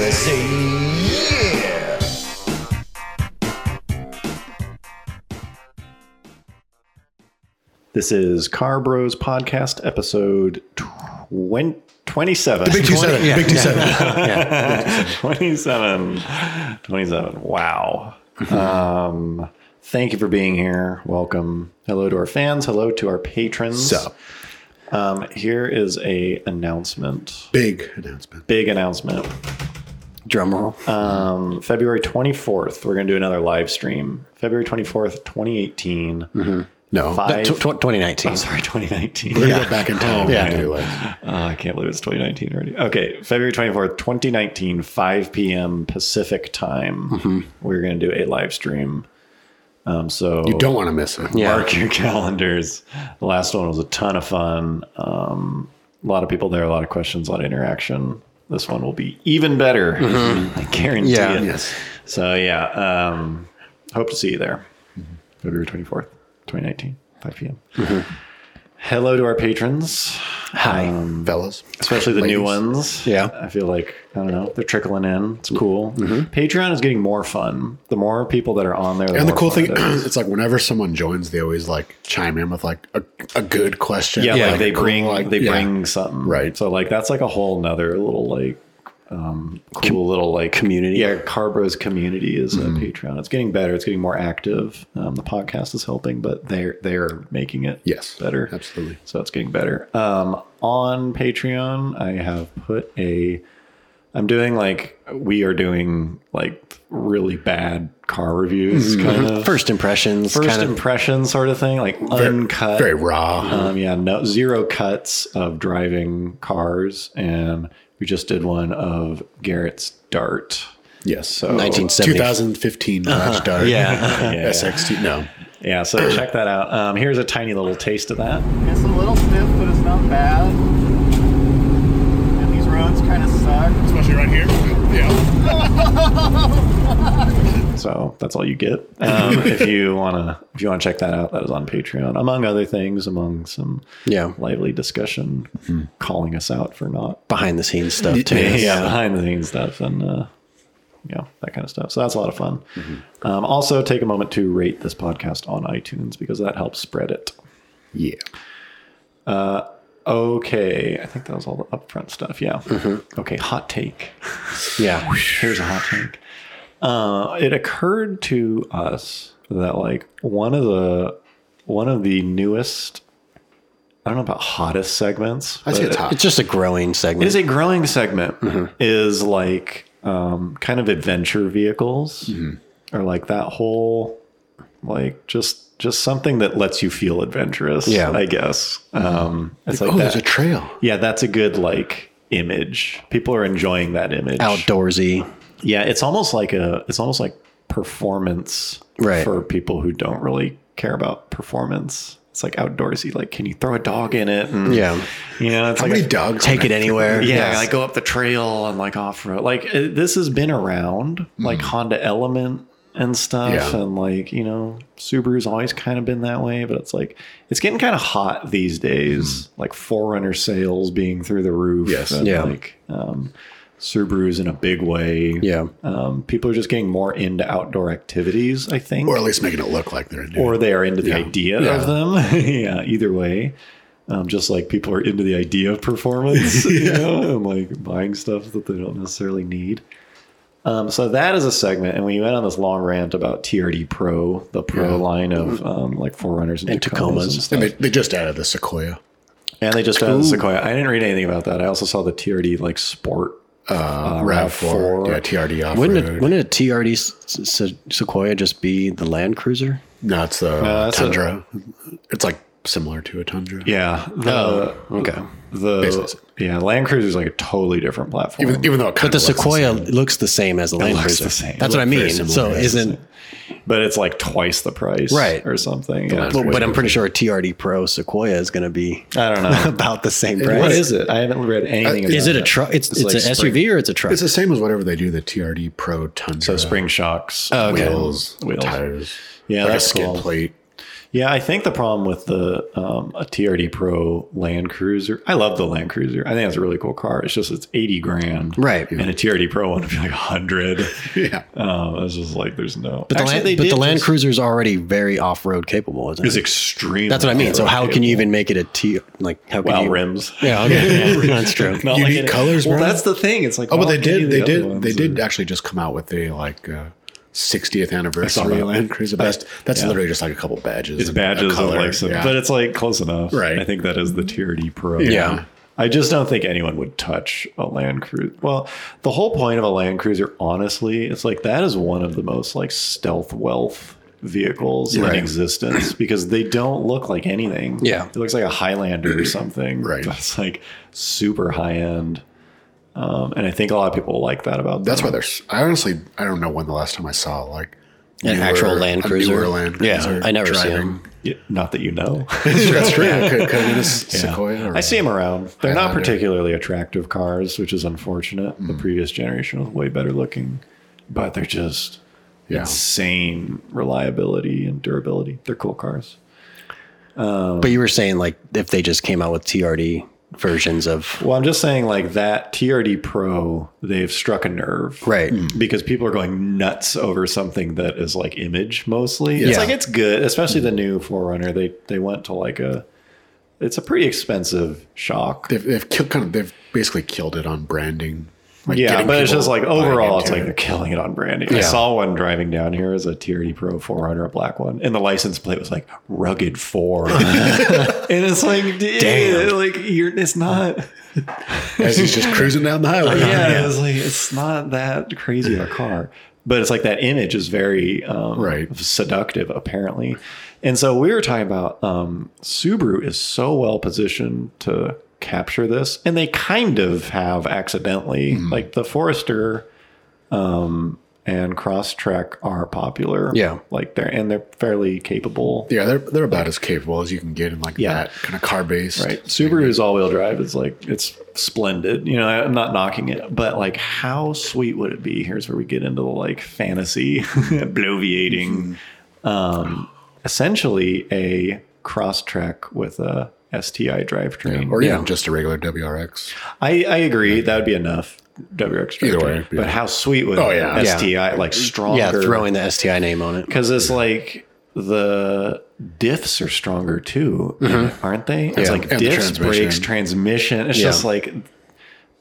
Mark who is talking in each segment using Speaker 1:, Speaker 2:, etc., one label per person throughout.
Speaker 1: USA. Yeah!
Speaker 2: This is Car Bros Podcast, episode 20, 27.
Speaker 3: Big two seven. Big two seven.
Speaker 2: yeah, 27. 27. Wow.
Speaker 3: Mm-hmm.
Speaker 2: um, thank you for being here. Welcome. Hello to our fans. Hello to our patrons.
Speaker 3: Sup.
Speaker 2: Um, here is a announcement.
Speaker 3: Big announcement.
Speaker 2: Big announcement.
Speaker 4: Drum roll.
Speaker 3: Uh,
Speaker 2: Um, February 24th, we're going to do another live stream. February 24th, 2018.
Speaker 3: No.
Speaker 2: Five-
Speaker 4: Tw- tw- 2019.
Speaker 2: I'm sorry, 2019.
Speaker 3: Mm-hmm. We're gonna go back in time.
Speaker 2: Yeah. Oh,
Speaker 3: and do it.
Speaker 2: Uh, I can't believe it's 2019 already. Okay, February 24th, 2019, 5 p.m. Pacific time. We're going to do a live stream. Um, so
Speaker 3: You don't want to miss it.
Speaker 4: Yeah.
Speaker 2: mark your calendars. The last one was a ton of fun. Um, a lot of people there, a lot of questions, a lot of interaction. This one will be even better. I guarantee
Speaker 4: Yeah.
Speaker 2: it.
Speaker 3: Yes.
Speaker 2: So, yeah, um, hope to see you there. February 24th, 2019, 5 p.m. Hello to our patrons Um,
Speaker 4: Hi.
Speaker 3: Fellas.
Speaker 2: especially the new
Speaker 3: Ladies.
Speaker 2: ones.
Speaker 4: Yeah.
Speaker 2: I feel like I don't know, they're trickling in. It's cool. Patreon is getting more fun. The more people that are on there,
Speaker 3: And the
Speaker 2: more
Speaker 3: cool
Speaker 2: fun
Speaker 3: thing,
Speaker 2: it is.
Speaker 3: it's like whenever someone joins, they always like chime in with like a, a good question.
Speaker 2: yeah, like
Speaker 3: a
Speaker 2: they
Speaker 3: cool,
Speaker 2: bring
Speaker 3: like-
Speaker 2: they
Speaker 3: yeah.
Speaker 2: bring something
Speaker 3: Right.
Speaker 2: So like that's like a whole nother little like um cool little like
Speaker 4: community.
Speaker 2: Yeah, Carbros community is a
Speaker 3: Mm-hmm.
Speaker 2: Patreon. It's getting better. It's getting more active. Um, the podcast is helping, but they're they're making it
Speaker 3: Yes,
Speaker 2: better
Speaker 3: absolutely.
Speaker 2: So it's getting better. Um, on Patreon, I have put a. I'm doing like we are doing like really bad car reviews
Speaker 3: Mm-hmm.
Speaker 2: kind of
Speaker 4: First impressions.
Speaker 2: first
Speaker 4: kind of,
Speaker 2: impression sort of thing, like uncut,
Speaker 3: very raw.
Speaker 2: um, yeah, no zero cuts of driving cars, and we just did one of Garrett's Dart.
Speaker 3: yes.
Speaker 2: So
Speaker 4: 1970.
Speaker 3: 2015 Dodge Dart.
Speaker 4: Yeah.
Speaker 2: Uh-huh. yeah,
Speaker 3: SXT. No.
Speaker 2: yeah, so check that out. Um, here's a tiny little taste of that.
Speaker 5: It's a little stiff, but it's not bad. And these roads kind of suck.
Speaker 3: Especially right here. Yeah.
Speaker 2: So that's all you get. Um, if you wanna, if you wanna check that out, that is on Patreon, among other things, among some
Speaker 4: Yeah.
Speaker 2: lively discussion, calling us out for not
Speaker 4: Behind the scenes stuff, too.
Speaker 2: yeah, behind the scenes stuff and uh, you know that kind of stuff. So that's a lot of fun. Um, also, take a moment to rate this podcast on iTunes because that helps spread it.
Speaker 3: Yeah.
Speaker 2: Okay, I think that was all the upfront stuff. Yeah. Okay, hot take.
Speaker 4: Yeah.
Speaker 2: Here's a hot take. Uh, it occurred to us that like one of the one of the newest, I don't know about hottest segments.
Speaker 3: I see
Speaker 2: but
Speaker 3: it's hot.
Speaker 4: It's just a growing segment.
Speaker 2: It is a growing segment.
Speaker 3: Mm-hmm.
Speaker 2: Is like um, kind of adventure vehicles,
Speaker 3: Mm-hmm.
Speaker 2: or like that whole like just just something that lets you feel adventurous.
Speaker 4: Yeah.
Speaker 2: I guess um, it's like
Speaker 3: oh,
Speaker 2: that.
Speaker 3: there's a trail.
Speaker 2: yeah, that's a good like image. People are enjoying that image.
Speaker 4: Outdoorsy.
Speaker 2: Yeah, it's almost like a it's almost like performance
Speaker 4: Right.
Speaker 2: for people who don't really care about performance. It's like outdoorsy. Like, can you throw a dog in it? And,
Speaker 4: Yeah.
Speaker 2: you know, it's
Speaker 3: How
Speaker 2: like
Speaker 3: many
Speaker 2: a-
Speaker 3: dogs?
Speaker 4: Take it anywhere.
Speaker 2: yeah,
Speaker 4: Yes.
Speaker 2: like go up the trail and like off road. Like uh, this has been around,
Speaker 4: Hmm.
Speaker 2: like Honda Element and stuff,
Speaker 3: Yeah.
Speaker 2: and like you know, Subaru's always kind of been that way. But it's like it's getting kind of hot these days. Like Forerunner sales being through the roof.
Speaker 3: Yes.
Speaker 2: and,
Speaker 4: Hmm. Yeah.
Speaker 2: Like um, Subarus in a big way.
Speaker 4: Yeah.
Speaker 2: Um, people are just getting more into outdoor activities. I think,
Speaker 3: Or at least making it look like they're doing
Speaker 2: or they are into the
Speaker 3: Yeah.
Speaker 2: idea
Speaker 3: Yeah.
Speaker 2: of them. yeah, either way. Um, just like people are into the idea of performance, you know, and like buying stuff that they don't necessarily need. Um, so that is a segment, and we went on this long rant about TRD Pro, the Pro line of um, like Forerunners and,
Speaker 4: And
Speaker 2: Tacomas,
Speaker 4: Tacomas.
Speaker 2: and stuff.
Speaker 3: And they, they just added the Sequoia.
Speaker 2: And they just found the Sequoia. I didn't read anything about that. I also saw the TRD like Sport
Speaker 3: Uh,
Speaker 2: RAV4.
Speaker 3: RAV4. Yeah, TRD off
Speaker 4: Wouldn't,
Speaker 3: road.
Speaker 4: it, wouldn't a TRD Se- Se- Sequoia just be the Land Cruiser?
Speaker 3: No, it's the
Speaker 2: that's a-
Speaker 3: Tundra. it's like similar to a Tundra.
Speaker 2: Yeah. The,
Speaker 3: Oh.
Speaker 4: Okay.
Speaker 2: The yeah, Land Cruiser is like a totally different platform.
Speaker 3: Even, even though it kind
Speaker 4: But the
Speaker 3: of looks same.
Speaker 4: Sequoia looks the same as the Land
Speaker 2: looks
Speaker 4: Cruiser.
Speaker 2: the same.
Speaker 4: That's
Speaker 2: It
Speaker 4: what I mean.
Speaker 3: looks very
Speaker 4: So
Speaker 3: similar. It's
Speaker 4: isn't
Speaker 2: but it's like twice the price,
Speaker 4: Right.
Speaker 2: or something. Yeah.
Speaker 3: Land
Speaker 4: Well, but I'm pretty sure a TRD Pro Sequoia is going to be
Speaker 2: I don't know.
Speaker 4: about the same price.
Speaker 2: What is it? I haven't
Speaker 3: Uh,
Speaker 2: read anything. about
Speaker 4: Is it a truck? It's it's,
Speaker 2: like
Speaker 4: an
Speaker 2: spring-
Speaker 4: SUV or it's a truck.
Speaker 3: It's the same as whatever they do the TRD Pro Tundra.
Speaker 2: So spring shocks.
Speaker 3: Oh,
Speaker 4: okay.
Speaker 3: wheels,
Speaker 2: Wheels.
Speaker 3: tires.
Speaker 2: Yeah,
Speaker 3: like
Speaker 2: that's
Speaker 3: a skid
Speaker 2: cool.
Speaker 3: plate.
Speaker 2: Yeah, I think the problem with the um, a TRD Pro Land Cruiser, I love the Land Cruiser. I think it's a really cool car. It's just it's eighty grand,
Speaker 4: Right.
Speaker 2: And a TRD Pro one would be like hundred.
Speaker 3: Yeah.
Speaker 2: um, it's just like there's no.
Speaker 4: But the, land, but the Land Cruiser is already very off-road capable, isn't
Speaker 2: is
Speaker 4: it?
Speaker 2: extreme.
Speaker 4: That's what I mean. So how can you even make it a T? Like how can
Speaker 2: Well,
Speaker 4: you?
Speaker 2: rims.
Speaker 4: Yeah, okay, yeah, that's true.
Speaker 2: Not
Speaker 3: Unique
Speaker 2: any-
Speaker 3: colors,
Speaker 2: Well,
Speaker 3: bro.
Speaker 2: that's the thing. It's like
Speaker 3: Oh, but
Speaker 2: not
Speaker 3: they
Speaker 2: any
Speaker 3: did.
Speaker 2: of the
Speaker 3: They
Speaker 2: other
Speaker 3: did.
Speaker 2: ones
Speaker 3: They did
Speaker 2: are-
Speaker 3: actually just come out with a like uh, 60th
Speaker 2: I saw
Speaker 3: anniversary
Speaker 2: that.
Speaker 3: Land Cruiser. But that's that's
Speaker 2: yeah.
Speaker 3: literally just like a couple badges.
Speaker 2: It's
Speaker 3: and a
Speaker 2: badges and
Speaker 3: color.
Speaker 2: like some,
Speaker 3: yeah.
Speaker 2: but it's like close enough.
Speaker 3: Right.
Speaker 2: I think that is the tier D pro.
Speaker 3: Yeah.
Speaker 2: I just don't think anyone would touch a Land Cruiser. Well, the whole point of a Land Cruiser, honestly, it's like that is one of the most like stealth wealth vehicles
Speaker 3: Right.
Speaker 2: in existence because they don't look like anything.
Speaker 4: Yeah.
Speaker 2: It looks like a Highlander or something.
Speaker 3: Right.
Speaker 2: That's like super high end. Um, and I think a lot of people like that about
Speaker 3: that's
Speaker 2: them.
Speaker 3: why there's. I honestly I don't know when the last time I saw like
Speaker 4: An
Speaker 3: newer-
Speaker 4: actual Land
Speaker 3: a
Speaker 4: Cruiser.
Speaker 3: newer Land
Speaker 4: Yeah,
Speaker 3: Cruiser
Speaker 4: I never see
Speaker 3: driving.
Speaker 4: them.
Speaker 2: Yeah, Not that you know.
Speaker 3: That's true. Yeah, could, could have been a s- Sequoia. Or
Speaker 2: I see them around. They're
Speaker 3: Highlander.
Speaker 2: not
Speaker 3: Mm-hmm.
Speaker 2: particularly attractive cars, which is unfortunate. The previous generation was way better looking, but they're just
Speaker 3: Yeah.
Speaker 2: insane reliability and durability. They're cool cars.
Speaker 4: But you were saying like if they just came out with TRD versions of
Speaker 2: Well, I'm just saying, like that TRD Pro, they've struck a nerve. Mm.
Speaker 4: right,
Speaker 2: Because people are going nuts over something that is like image mostly. It's
Speaker 4: Yeah.
Speaker 2: like it's good, especially the new Forerunner. They they went to like a it's a pretty expensive shock.
Speaker 3: They've, they've killed kind of. They've basically killed it on branding. Like
Speaker 2: yeah,
Speaker 3: getting
Speaker 2: but it's
Speaker 3: people
Speaker 2: just like
Speaker 3: buying into
Speaker 2: overall, it's like
Speaker 3: it.
Speaker 2: they're killing it on branding. I
Speaker 4: Yeah.
Speaker 2: saw one driving down here as a TRD Pro 400, a black one, and the license plate was like rugged Ford, and it's like, damn,
Speaker 4: Damn.
Speaker 2: like you're, it's not.
Speaker 3: as he's just cruising down the highway.
Speaker 2: Yeah, it's like it's not that crazy of a car, but it's like that image is very um,
Speaker 3: Right.
Speaker 2: seductive apparently, and so we were talking about um, Subaru is so well positioned to capture this, and they kind of have accidentally like the Forester. Um, and Crosstrek are popular.
Speaker 4: Yeah.
Speaker 2: like they're and they're fairly capable.
Speaker 3: Yeah, they're they're about as capable as you can get in like
Speaker 2: Yeah.
Speaker 3: that kind of car based.
Speaker 2: Right. Subaru's all wheel drive is like, it's splendid. You know, I- I'm not knocking it, but like, how sweet would it be? Here's where we get into the like fantasy, bloviating.
Speaker 3: Mm-hmm.
Speaker 2: Um, essentially, a cross track with a STI drivetrain.
Speaker 3: Or
Speaker 4: Yeah.
Speaker 3: even just a regular WRX.
Speaker 2: I, I agree. That would be enough. WRX drivetrain.
Speaker 3: Either way,
Speaker 2: But
Speaker 3: yeah.
Speaker 2: how sweet would
Speaker 3: Oh, yeah.
Speaker 2: STI, like, stronger?
Speaker 4: yeah, throwing the STI name on it.
Speaker 2: Because it's like the diffs are stronger too,
Speaker 4: Mm-hmm.
Speaker 2: aren't they? It's
Speaker 3: Yeah,
Speaker 2: like
Speaker 3: and the
Speaker 2: diffs, brakes,
Speaker 3: transmission.
Speaker 2: transmission. It's
Speaker 4: Yeah.
Speaker 2: just like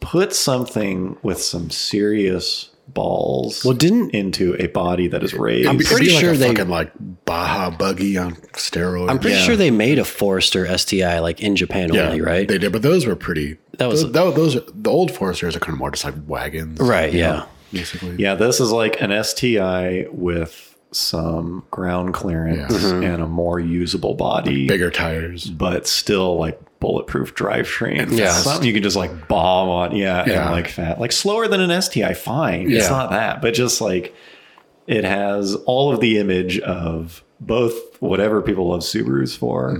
Speaker 2: put something with some serious balls
Speaker 4: Well, didn't-
Speaker 2: into a body that is raised.
Speaker 4: I'm pretty
Speaker 3: It'd be
Speaker 4: sure
Speaker 3: like a
Speaker 4: they-
Speaker 3: fucking like Baja buggy on steroids.
Speaker 4: I'm pretty sure they made a Forester STI like in Japan
Speaker 3: yeah,
Speaker 4: only, right?
Speaker 3: They did, but those were pretty.
Speaker 4: That was-
Speaker 3: those, that, those are, the old Foresters are kind of more just like wagons,
Speaker 4: right, yeah.
Speaker 3: Basically,
Speaker 2: yeah, this is like an STI with some ground clearance
Speaker 3: Yeah.
Speaker 4: Mm-hmm.
Speaker 2: and a more usable body.
Speaker 3: bigger tires.
Speaker 2: but still like bulletproof drivetrain.
Speaker 4: Yeah.
Speaker 2: Something you can just like bomb on. Yeah.
Speaker 3: Yeah.
Speaker 2: And like fat. Like slower than an STI, fine. It's
Speaker 4: Yeah.
Speaker 2: not that. But just like it has all of the image of both whatever people love Subarus for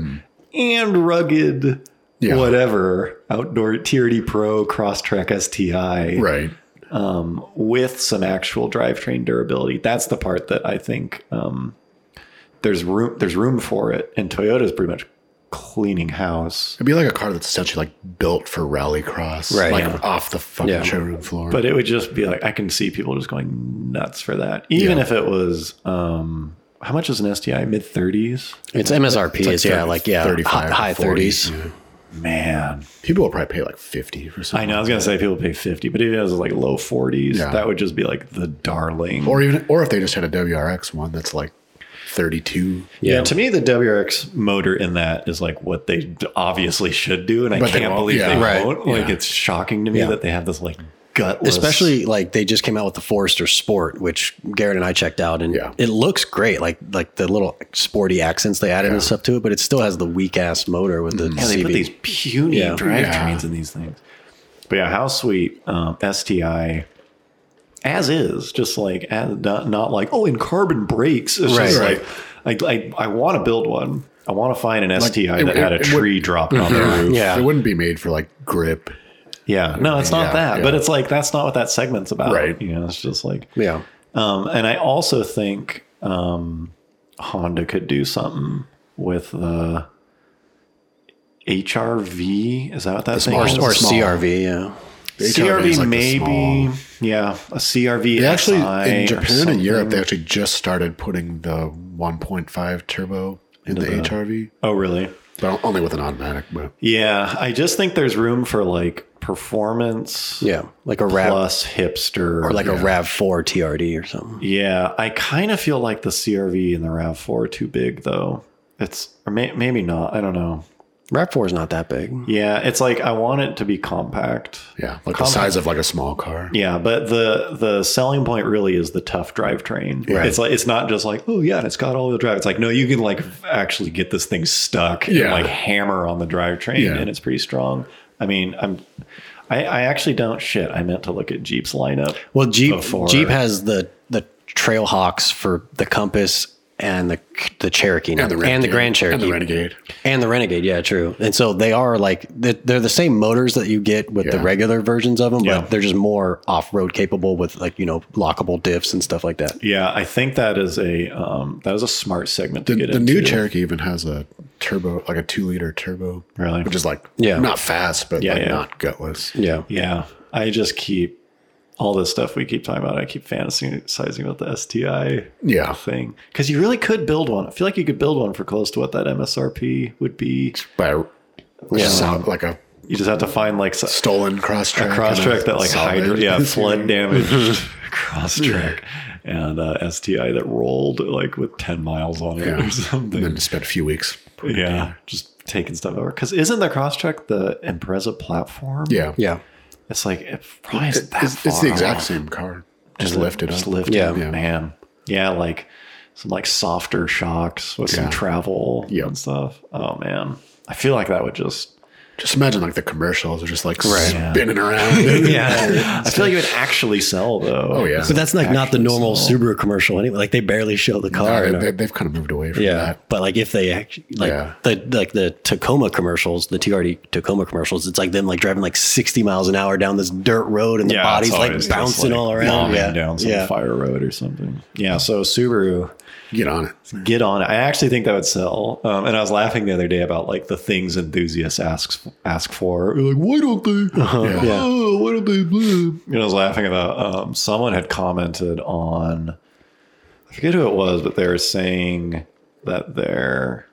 Speaker 2: and rugged
Speaker 3: Mm-hmm. Yeah.
Speaker 2: whatever outdoor TRD Pro Crosstrek STI
Speaker 3: Right.
Speaker 2: um, with some actual drivetrain durability. That's the part that I think um, there's room there's room for it, and Toyota's pretty much cleaning house.
Speaker 3: It'd be like a car that's essentially like built for rallycross,
Speaker 4: Right,
Speaker 3: Like
Speaker 4: yeah.
Speaker 3: off the fucking
Speaker 4: Yeah.
Speaker 3: showroom floor.
Speaker 2: But it would just be like I can see people just going nuts for that, even
Speaker 3: Yeah.
Speaker 2: if it was um, how much is an STI mid thirties?
Speaker 4: It's MSRP is yeah,
Speaker 3: 30
Speaker 4: like yeah,
Speaker 3: 35,
Speaker 4: hi- high
Speaker 3: 40,
Speaker 4: thirties.
Speaker 3: yeah.
Speaker 2: Man,
Speaker 3: People will probably pay like fifty for something.
Speaker 2: I know I was gonna say people pay fifty, but if it was like low forties,
Speaker 3: Yeah.
Speaker 2: that would just be like the darling.
Speaker 3: or even or if they just had a WRX one that's like thirty-two.
Speaker 2: Yeah. to me, the WRX motor in that is like what they d- obviously should do, and I
Speaker 3: But they
Speaker 2: can't
Speaker 3: won't.
Speaker 2: believe
Speaker 3: Yeah.
Speaker 2: they
Speaker 4: Right.
Speaker 2: won't. Like, it's shocking to me that they have this like gutless,
Speaker 4: Especially like they just came out with the Forester Sport, which Garrett and I checked out, and
Speaker 3: Yeah.
Speaker 4: it looks great. Like like the little sporty accents they added and stuff to it, but it still has the weak ass motor with the
Speaker 2: Yeah, they put
Speaker 4: CB.
Speaker 2: these puny
Speaker 4: Yeah.
Speaker 2: drivetrains
Speaker 3: Yeah.
Speaker 2: in these things. But yeah, how sweet um, STI as is, just like as, not, not like oh, in carbon brakes. It's just
Speaker 3: Right.
Speaker 2: like I I, I want to build one. I want to find an STI
Speaker 3: it-
Speaker 2: that had a
Speaker 3: it- it would- Mm-hmm.
Speaker 2: tree dropped on the roof.
Speaker 4: Yeah.
Speaker 3: It wouldn't be made for like grip.
Speaker 2: Yeah. No, it's not
Speaker 3: Yeah,
Speaker 2: that.
Speaker 3: yeah.
Speaker 2: But it's like that's not what that segment's about.
Speaker 3: Right.
Speaker 2: You know, it's just like
Speaker 4: Yeah.
Speaker 2: um, and I also think um, Honda could do something with uh, HRV. Is that what that's
Speaker 4: or,
Speaker 2: called?
Speaker 4: or
Speaker 3: small.
Speaker 4: CRV, yeah.
Speaker 3: HRV
Speaker 2: CRV
Speaker 3: is like the
Speaker 2: maybe
Speaker 3: small-
Speaker 2: yeah a CRV.
Speaker 3: They actually
Speaker 2: SI
Speaker 3: in
Speaker 2: or
Speaker 3: Japan and Europe
Speaker 2: something.
Speaker 3: they actually just started putting the 1.5 turbo in the HRV,
Speaker 2: oh really?
Speaker 3: but only with an automatic. But
Speaker 2: Yeah, I just think there's room for like performance
Speaker 4: Yeah, like a Rav
Speaker 2: plus hipster
Speaker 4: or like a Rav Four TRD or something.
Speaker 2: Yeah, I kind of feel like the CRV and the RAV4 are too big, though. It's or may, maybe not. I don't know.
Speaker 4: Rav Four is not that big.
Speaker 2: Yeah, it's like I want it to be compact.
Speaker 3: yeah, like the
Speaker 2: Compact.
Speaker 3: size of like a small car.
Speaker 2: Yeah, but the the selling point really is the tough drivetrain.
Speaker 3: Right.
Speaker 2: It's like it's not just like oh yeah, it's got all wheel drive. It's like no, you can like actually get this thing stuck and
Speaker 3: Yeah.
Speaker 2: like hammer on the drivetrain,
Speaker 3: Yeah.
Speaker 2: and it's pretty strong. I mean, I'm I, I actually don't shit. I meant to look at Jeep's lineup.
Speaker 4: Well, Jeep
Speaker 2: Before-
Speaker 4: Jeep has the the Trailhawks for the Compass and the the Cherokee now,
Speaker 3: And the, Renegade,
Speaker 4: Grand Cherokee
Speaker 3: and the Renegade.
Speaker 4: And the Renegade, yeah, true. And so they are like they're, they're the same motors that you get with the
Speaker 3: Yeah.
Speaker 4: regular versions of them,
Speaker 2: Yeah.
Speaker 4: but they're just more off road capable with like you know lockable diffs and stuff like that.
Speaker 2: Yeah, I think that is a um, that is a smart segment to
Speaker 3: The,
Speaker 2: get
Speaker 3: the new
Speaker 2: into.
Speaker 3: Cherokee even has a turbo, like a two liter turbo,
Speaker 2: Really?
Speaker 3: which is like
Speaker 4: Yeah.
Speaker 3: not fast, but
Speaker 2: Yeah,
Speaker 3: like
Speaker 2: yeah.
Speaker 3: not gutless.
Speaker 4: Yeah,
Speaker 2: Yeah, I just keep all this stuff we keep talking about. I keep fantasizing about the STI
Speaker 3: Yeah,
Speaker 2: thing because you really could build one. I feel like you could build one for close to what that MSRP would be.
Speaker 3: by a, sound, like a
Speaker 2: You just have to find like s-
Speaker 3: stolen cross
Speaker 2: a
Speaker 3: track,
Speaker 2: cross track that like hydro, yeah, flood
Speaker 3: down.
Speaker 2: damaged cross track and uh, STI that rolled like with ten miles on it
Speaker 3: Yeah.
Speaker 2: or
Speaker 3: and then
Speaker 2: something.
Speaker 3: spent a few weeks. putting it
Speaker 2: Yeah,
Speaker 3: down.
Speaker 2: just taking stuff over because isn't the cross track the Impreza platform?
Speaker 3: yeah,
Speaker 4: yeah,
Speaker 2: it's like it probably
Speaker 3: It-
Speaker 2: isn't that
Speaker 3: it's, it's the
Speaker 2: far
Speaker 3: exact
Speaker 2: off.
Speaker 3: same car, just
Speaker 2: Is it
Speaker 3: lifted
Speaker 2: Just
Speaker 3: up.
Speaker 2: lifted.
Speaker 4: Yeah.
Speaker 2: Yeah. Man. Yeah, like some like softer shocks with some
Speaker 3: Yeah.
Speaker 2: travel
Speaker 3: Yep.
Speaker 2: and stuff. Oh man. I feel like that would just
Speaker 3: Just imagine like the commercials are just like
Speaker 2: Yeah.
Speaker 3: spinning around.
Speaker 2: Yeah. I feel like it would actually sell though.
Speaker 3: Oh yeah,
Speaker 4: but that's like not the
Speaker 2: Actually,
Speaker 4: normal
Speaker 2: so-
Speaker 4: Subaru commercial anyway. Like they barely show the car. in
Speaker 3: No,
Speaker 4: a-
Speaker 3: they, have kind of moved away from
Speaker 4: yeah,
Speaker 3: that.
Speaker 4: but like if they actually like
Speaker 3: Yeah.
Speaker 4: the like the Tacoma commercials, the TRD Tacoma commercials, it's like them like driving like sixty miles an hour down this dirt road, and the
Speaker 2: Yeah,
Speaker 4: body's
Speaker 2: it's
Speaker 4: like
Speaker 2: always just,
Speaker 4: bouncing
Speaker 2: like,
Speaker 4: all around.
Speaker 2: bombing
Speaker 4: Yeah,
Speaker 2: down some
Speaker 4: yeah.
Speaker 2: fire road or something. Yeah. So Subaru,
Speaker 3: Get on it.
Speaker 2: get on it. I actually think that would sell. Um, and I was laughing the other day about like the things enthusiasts ask ask for. Like, why don't they?
Speaker 3: Yeah.
Speaker 2: Oh, why don't they? Blah? You know, I was laughing about um, someone had commented on. I forget who it was, but they were saying that their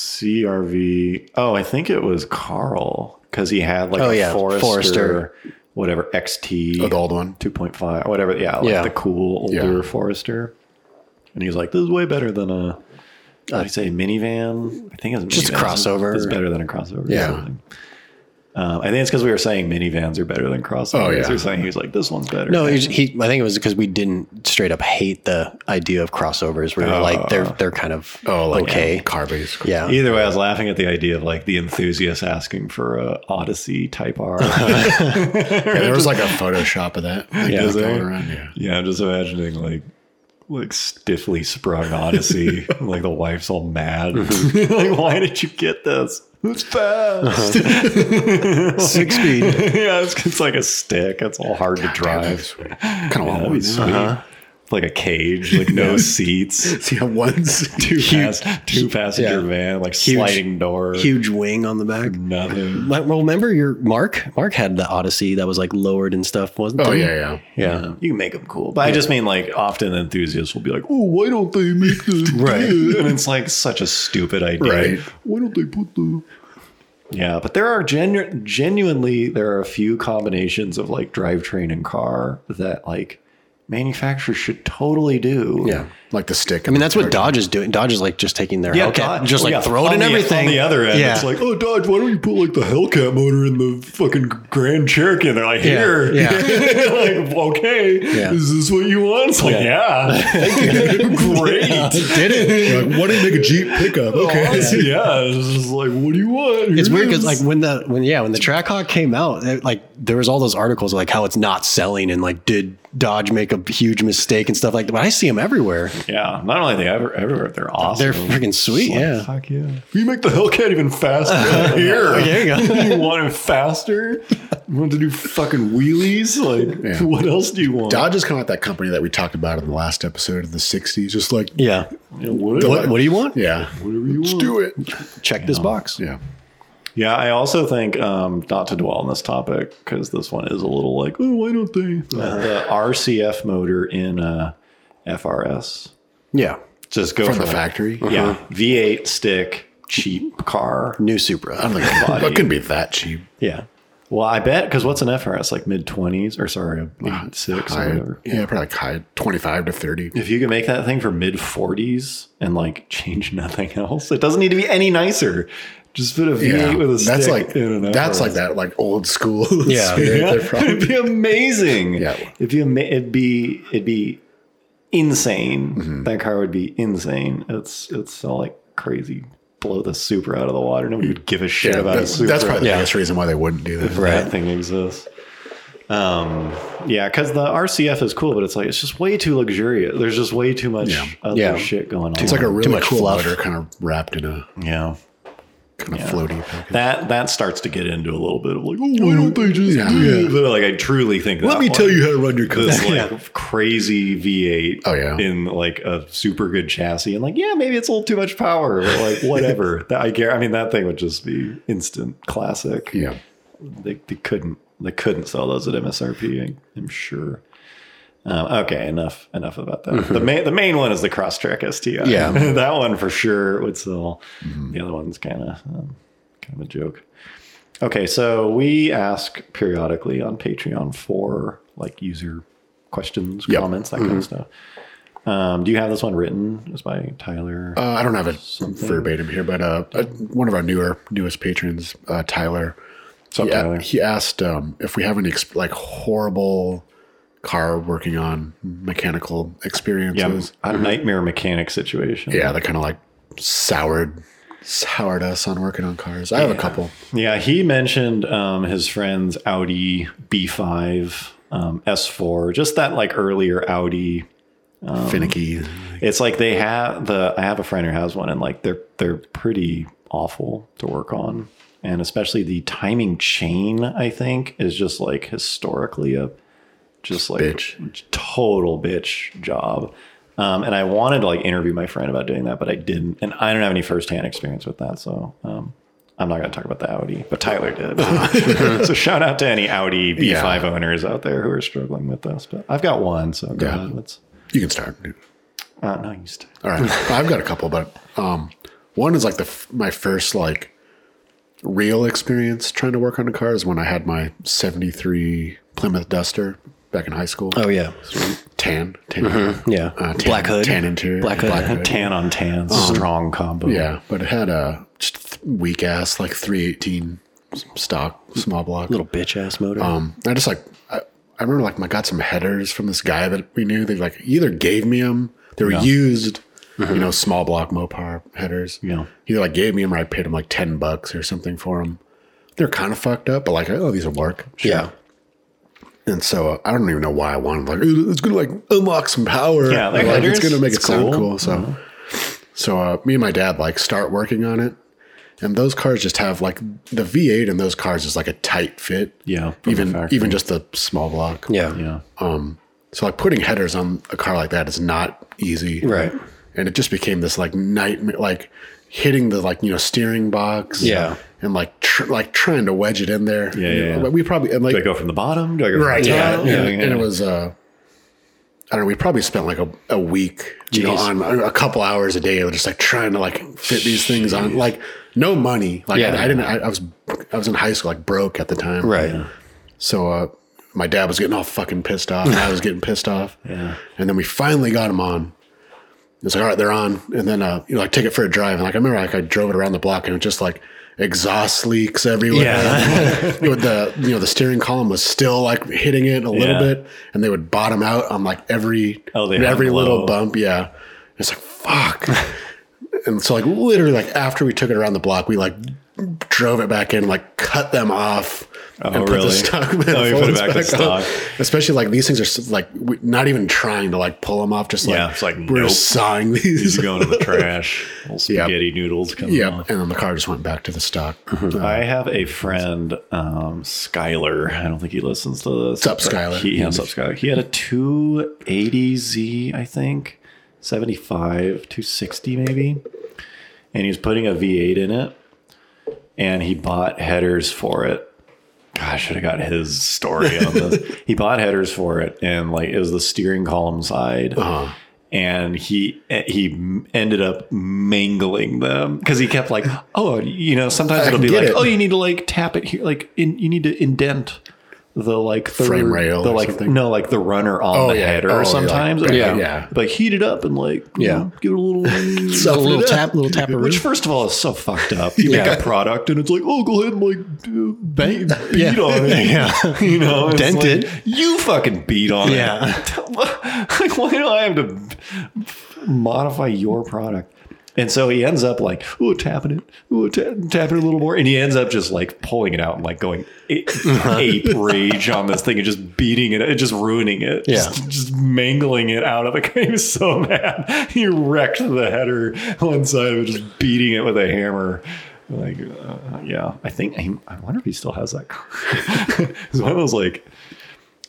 Speaker 2: CRV. Oh, I think it was Carl because he had like
Speaker 4: Oh,
Speaker 2: a
Speaker 4: yeah,
Speaker 2: Forester,
Speaker 4: Forester.
Speaker 2: whatever XT
Speaker 3: Oh, the old one.
Speaker 2: 2.5 whatever yeah like
Speaker 4: Yeah.
Speaker 2: the cool
Speaker 3: Yeah.
Speaker 2: older forester and he's like this is way better than a i'd say minivan i think it's
Speaker 4: Uh, Just a
Speaker 2: minivans.
Speaker 4: crossover.
Speaker 2: it's better than a crossover
Speaker 3: Yeah.
Speaker 2: yeah um, i think it's because we were saying minivans are better than crossovers
Speaker 3: Oh, yeah.
Speaker 2: we are saying he was like this one's better
Speaker 4: No, he, he. I think it was because we didn't straight up hate the idea of crossovers. We were
Speaker 2: Oh.
Speaker 4: like, they're they're kind of
Speaker 3: Oh, like
Speaker 4: okay.
Speaker 3: car base.
Speaker 4: Yeah,
Speaker 2: Either way, I was laughing at the idea of like the enthusiast asking for a Odyssey Type R.
Speaker 3: Yeah, there was like a Photoshop of that. Like,
Speaker 2: Yeah.
Speaker 3: yeah,
Speaker 2: Is there?
Speaker 3: going around. Yeah.
Speaker 2: yeah, I'm just imagining like like stiffly sprung Odyssey. like the wife's all mad.
Speaker 4: Mm-hmm.
Speaker 2: like, why did you get this? It's fast.
Speaker 4: Uh-huh. six speed.
Speaker 2: yeah, it's, it's like a stick. It's all hard to drive.
Speaker 3: Kind of want
Speaker 2: That'd be
Speaker 3: one.
Speaker 2: sweet. Like a cage, like no seats.
Speaker 3: See how one's
Speaker 2: Two pass, two passenger
Speaker 4: yeah.
Speaker 2: van, like
Speaker 4: Huge-
Speaker 2: sliding door.
Speaker 4: Huge wing on the back.
Speaker 2: Mm. Nothing.
Speaker 4: Like, Well, remember your Mark? Mark had the Odyssey that was like lowered and stuff, wasn't it?
Speaker 3: Oh yeah, yeah.
Speaker 4: yeah.
Speaker 2: You can make them cool, but I just mean like often enthusiasts will be like,
Speaker 3: Oh, why don't they make the
Speaker 4: Right.
Speaker 2: and it's like such a stupid idea.
Speaker 3: Right.
Speaker 2: Why don't they put the yeah, but there are genu- genuinely there are a few combinations of like drivetrain and car that like manufacturers should totally do.
Speaker 4: Yeah.
Speaker 3: Like the stick.
Speaker 4: I mean, that's what Dodge is doing. Dodge is like just taking their Hellcat,
Speaker 2: Dodge-
Speaker 4: just like
Speaker 2: Oh, yeah,
Speaker 4: throw it
Speaker 2: on
Speaker 4: in
Speaker 2: the-
Speaker 4: everything.
Speaker 2: On the other end,
Speaker 4: yeah.
Speaker 2: it's like, oh, Dodge, why don't you put like the Hellcat motor in the fucking Grand Cherokee? And they're like,
Speaker 4: Yeah,
Speaker 2: here,
Speaker 4: yeah.
Speaker 2: like, okay,
Speaker 4: Yeah.
Speaker 2: is this what you want? It's like, yeah, great.
Speaker 4: did it.
Speaker 3: Like, why didn't they make a Jeep pickup?
Speaker 2: Oh.
Speaker 3: Okay.
Speaker 2: Yeah, it's just like, what do you want?
Speaker 4: It's
Speaker 2: Here
Speaker 4: weird because
Speaker 2: it
Speaker 4: like
Speaker 2: is.
Speaker 4: when the when yeah when the Trackhawk came out, it, like there was all those articles like how it's not selling and like did Dodge make a huge mistake and stuff like that. But I see them everywhere.
Speaker 2: Yeah, not only are they ever, everywhere, they're awesome.
Speaker 4: They're freaking sweet. Yeah.
Speaker 2: Fuck yeah. You make the Hellcat even faster. Here.
Speaker 4: there you go.
Speaker 2: you want it faster? You want to do fucking wheelies? Like,
Speaker 3: Yeah.
Speaker 2: what else do you want?
Speaker 3: Dodge is kind of like that company that we talked about in the last episode of the 60s. Just like,
Speaker 4: Yeah.
Speaker 2: You know, whatever,
Speaker 4: What, what do you want?
Speaker 3: yeah,
Speaker 2: whatever you
Speaker 3: let's
Speaker 2: want.
Speaker 3: do it.
Speaker 4: Check this box.
Speaker 3: Yeah.
Speaker 2: Yeah, I also think um, not to dwell on this topic because this one is a little like, oh, why don't they? Uh, The RCF motor in uh, FRS.
Speaker 4: Yeah.
Speaker 2: Just go
Speaker 3: From
Speaker 2: for
Speaker 3: the
Speaker 2: that.
Speaker 3: factory.
Speaker 2: Yeah, V8 stick, cheap car.
Speaker 4: New Supra.
Speaker 3: I don't think it couldn't be that cheap.
Speaker 2: Yeah. Well, I bet because what's an FRS like mid twenties or sorry, mid six or
Speaker 3: High-
Speaker 2: whatever.
Speaker 3: yeah, probably like high 25 to 30.
Speaker 2: If you can make that thing for mid forties and like change nothing else, it doesn't need to be any nicer. Just put a V8
Speaker 3: Yeah.
Speaker 2: with a stick.
Speaker 3: That's like,
Speaker 2: in an
Speaker 3: that's
Speaker 2: FRS.
Speaker 3: like that, like old school.
Speaker 4: Yeah.
Speaker 3: spirit
Speaker 2: Yeah,
Speaker 3: they're from.
Speaker 2: it'd be amazing.
Speaker 3: Yeah.
Speaker 2: it'd be ama- it'd be it'd be insane.
Speaker 3: Mm-hmm.
Speaker 2: That car would be insane. It's it's all like crazy. Blow the Supra out of the water. Nobody would give a shit
Speaker 3: Yeah,
Speaker 2: about a
Speaker 3: that's,
Speaker 2: Supra.
Speaker 3: that's probably
Speaker 4: Yeah.
Speaker 3: the biggest reason why they wouldn't do that.
Speaker 4: Right.
Speaker 2: that thing exists. Um, yeah, because the RCF is cool, but it's like it's just way too luxurious. There's just way too much
Speaker 3: Yeah.
Speaker 2: other
Speaker 4: Yeah.
Speaker 2: shit going on.
Speaker 3: It's like a really
Speaker 4: much
Speaker 3: cool
Speaker 4: fluff.
Speaker 3: motor kind of wrapped in a
Speaker 2: yeah.
Speaker 3: kind of floaty package.
Speaker 2: That that starts to get into a little bit of like, oh, why don't they just
Speaker 3: Yeah.
Speaker 2: do that? Like I truly think.
Speaker 3: Let
Speaker 2: that
Speaker 3: me
Speaker 2: one-
Speaker 3: tell you how to run your car.
Speaker 2: this like crazy V8
Speaker 3: Oh, yeah.
Speaker 2: in like a super good chassis and like yeah maybe it's a little too much power but like whatever that I care I mean that thing would just be instant classic
Speaker 3: Yeah.
Speaker 2: they, they couldn't they couldn't sell those at MSRP I, am sure um, okay enough enough about that
Speaker 3: Mm-hmm.
Speaker 2: the main the main one is the Crosstrek STI
Speaker 4: Yeah.
Speaker 2: that one for sure would sell
Speaker 3: Mm-hmm.
Speaker 2: the other one's kind of um, kind of a joke Okay, so we ask periodically on Patreon for like user questions,
Speaker 3: Yep. Mm-hmm.
Speaker 2: comments, that kind of stuff. Um, do you have this one written? It was by Tyler.
Speaker 3: Uh, I don't have it verbatim here, but uh, uh, one of our newer newest patrons, uh, Tyler,
Speaker 2: What's up,
Speaker 3: he, a-
Speaker 2: Tyler?
Speaker 3: he asked um, if we have any exp- like horrible car working on mechanical
Speaker 2: yeah,
Speaker 3: experiences.
Speaker 2: a nightmare mechanic situation.
Speaker 3: Yeah, that kind of like soured soured us on working on cars. I have a couple.
Speaker 2: Yeah, he mentioned um, his friend's Audi B5, um, S4, just that like earlier Audi
Speaker 4: Um,
Speaker 3: Finicky.
Speaker 2: It's like they have the I have a friend who has one and like they're they're pretty awful to work on. And especially the timing chain, I think, is just like historically a just like
Speaker 3: Bitch.
Speaker 2: total bitch job. Um, and I wanted to like interview my friend about doing that, but I didn't. And I don't have any firsthand experience with that, so um, I'm not going to talk about the Audi, but Tyler did. so shout out to any Audi B5 owners out there who are struggling with this. But I've got one, so go
Speaker 3: Yeah.
Speaker 2: ahead. Let's.
Speaker 3: You can start. dude.
Speaker 2: Uh, no, you start.
Speaker 3: All right, I've got a couple, but um, one is like the f- my first like real experience trying to work on a car is when I had my '73 Plymouth Duster back in high school.
Speaker 4: Oh, yeah. Mm-hmm.
Speaker 3: tan, tan,
Speaker 4: Yeah.
Speaker 3: Uh, tan-
Speaker 4: Black hood.
Speaker 3: tan interior,
Speaker 4: Black hood.
Speaker 2: tan on tan, strong combo.
Speaker 3: Uh-huh. Yeah, but it had a just weak ass like 318 s- stock small block.
Speaker 4: Little bitch ass motor.
Speaker 3: Um, I just like I, I remember like I got some headers from this guy that we knew. They like either gave me them, they were used, you know, small block Mopar headers.
Speaker 2: Mm-hmm. Yeah.
Speaker 3: he like gave me them, or I paid him like ten bucks or something for them. They're kind of fucked up, but like oh these will work.
Speaker 4: yeah.
Speaker 3: And so uh, I don't even know why I wanted like "Ooh, it's gonna like unlock some power.
Speaker 2: Yeah, like
Speaker 3: Or, like,
Speaker 2: headers,
Speaker 3: it's gonna make
Speaker 2: it's
Speaker 3: it sound
Speaker 2: cool. Uh-huh.
Speaker 3: cool. So, so uh, me and my dad like start working on it, and those cars just have like the V8 in those cars is like a tight fit.
Speaker 2: Yeah, from the
Speaker 3: even
Speaker 2: factory.
Speaker 3: even just the small block. Um,
Speaker 4: Yeah.
Speaker 2: Yeah.
Speaker 3: So like putting headers on a car like that is not easy.
Speaker 4: Right.
Speaker 3: And it just became this like nightmare, like hitting the like you know steering box.
Speaker 4: Yeah.
Speaker 3: And like tr- like trying to wedge it in there.
Speaker 2: Yeah, yeah, yeah.
Speaker 3: But we probably and like
Speaker 2: Do I go from the bottom? Do I go from
Speaker 3: e- right
Speaker 2: the
Speaker 3: yeah.
Speaker 2: top?
Speaker 3: And, and it was uh i don't know we probably spent like a, a week you know, on a couple hours a day just like trying to like fit these things on like no money like
Speaker 4: Yeah.
Speaker 3: i didn't I, I was i was in high school like broke at the time
Speaker 4: Right.
Speaker 3: so uh my dad was getting all fucking pissed off and i was getting pissed off
Speaker 2: Yeah.
Speaker 3: and then we finally got them on it's like all right they're on and then uh you know like take it for a drive and like i remember like i drove it around the block and it just like exhaust leaks everywhere with the you know the steering column was still like hitting it a little
Speaker 2: Yeah.
Speaker 3: bit, and they would bottom out on like every
Speaker 2: Oh, they
Speaker 3: every
Speaker 2: hung
Speaker 3: little
Speaker 2: low.
Speaker 3: bump. Yeah, And it's like fuck. and so like literally like after we took it around the block, we like drove it back in, like cut them off,
Speaker 2: Oh,
Speaker 3: and put
Speaker 2: really?
Speaker 3: the stock
Speaker 2: Oh, you put it
Speaker 3: manifolds
Speaker 2: back to
Speaker 3: on.
Speaker 2: stock.
Speaker 3: Especially like these things are s- like we- not even trying to like pull them off. Just like,
Speaker 2: Yeah, it's like,
Speaker 3: we're
Speaker 2: nope.
Speaker 3: sawing these.
Speaker 2: These are going to the trash. Old
Speaker 3: Yep.
Speaker 2: spaghetti noodles coming
Speaker 3: Yep. Uh-huh.
Speaker 2: off.
Speaker 3: And then the car just went back to the stock.
Speaker 2: I have a friend, um, Skyler. I don't think he listens to this.
Speaker 3: Sup, Skyler. Mm-hmm.
Speaker 2: He, yeah, sup, Skyler. He had a 280Z, I think, 75, 260 maybe. And he was putting a V8 in it. And he bought headers for it. God, I should have got his story on this. he bought headers for it. And like, it was the steering column side
Speaker 3: Uh,
Speaker 2: and he eh, he ended up mangling them because he kept like oh you know sometimes
Speaker 3: I
Speaker 2: it'll be
Speaker 3: get
Speaker 2: like
Speaker 3: it.
Speaker 2: oh you need to like tap it here like in, you need to indent the like third,
Speaker 3: Frame rail
Speaker 2: the
Speaker 3: or
Speaker 2: like
Speaker 3: something?
Speaker 2: no like the runner on
Speaker 3: Oh,
Speaker 2: the
Speaker 3: yeah.
Speaker 2: header
Speaker 3: Oh, yeah,
Speaker 2: or sometimes
Speaker 3: like,
Speaker 2: yeah.
Speaker 3: yeah.
Speaker 2: like heat it up and like you
Speaker 4: Yeah.
Speaker 2: know, give it a little
Speaker 4: So a little tap, little tap.
Speaker 2: Which, first of all, is so fucked up. You
Speaker 4: Yeah.
Speaker 2: make a product and it's like, oh, go ahead and like do- bang, beat
Speaker 4: Yeah.
Speaker 2: on it. Yeah. You know, it's
Speaker 4: Dent
Speaker 2: like,
Speaker 4: it.
Speaker 2: You fucking beat on
Speaker 4: Yeah.
Speaker 2: it. like, why do I have to modify your product? And so he ends up like, oh, tapping it, oh, ta- tapping it a little more. And he ends up just like pulling it out and like going a-
Speaker 4: Uh-huh.
Speaker 2: ape rage on this thing and just beating it, just ruining it.
Speaker 4: Yeah.
Speaker 2: Just just mangling it out of the game so mad. He wrecked the header one side of it, just beating it with a hammer. Like, uh, yeah, I think I, I wonder if he still has that car. it's one of those like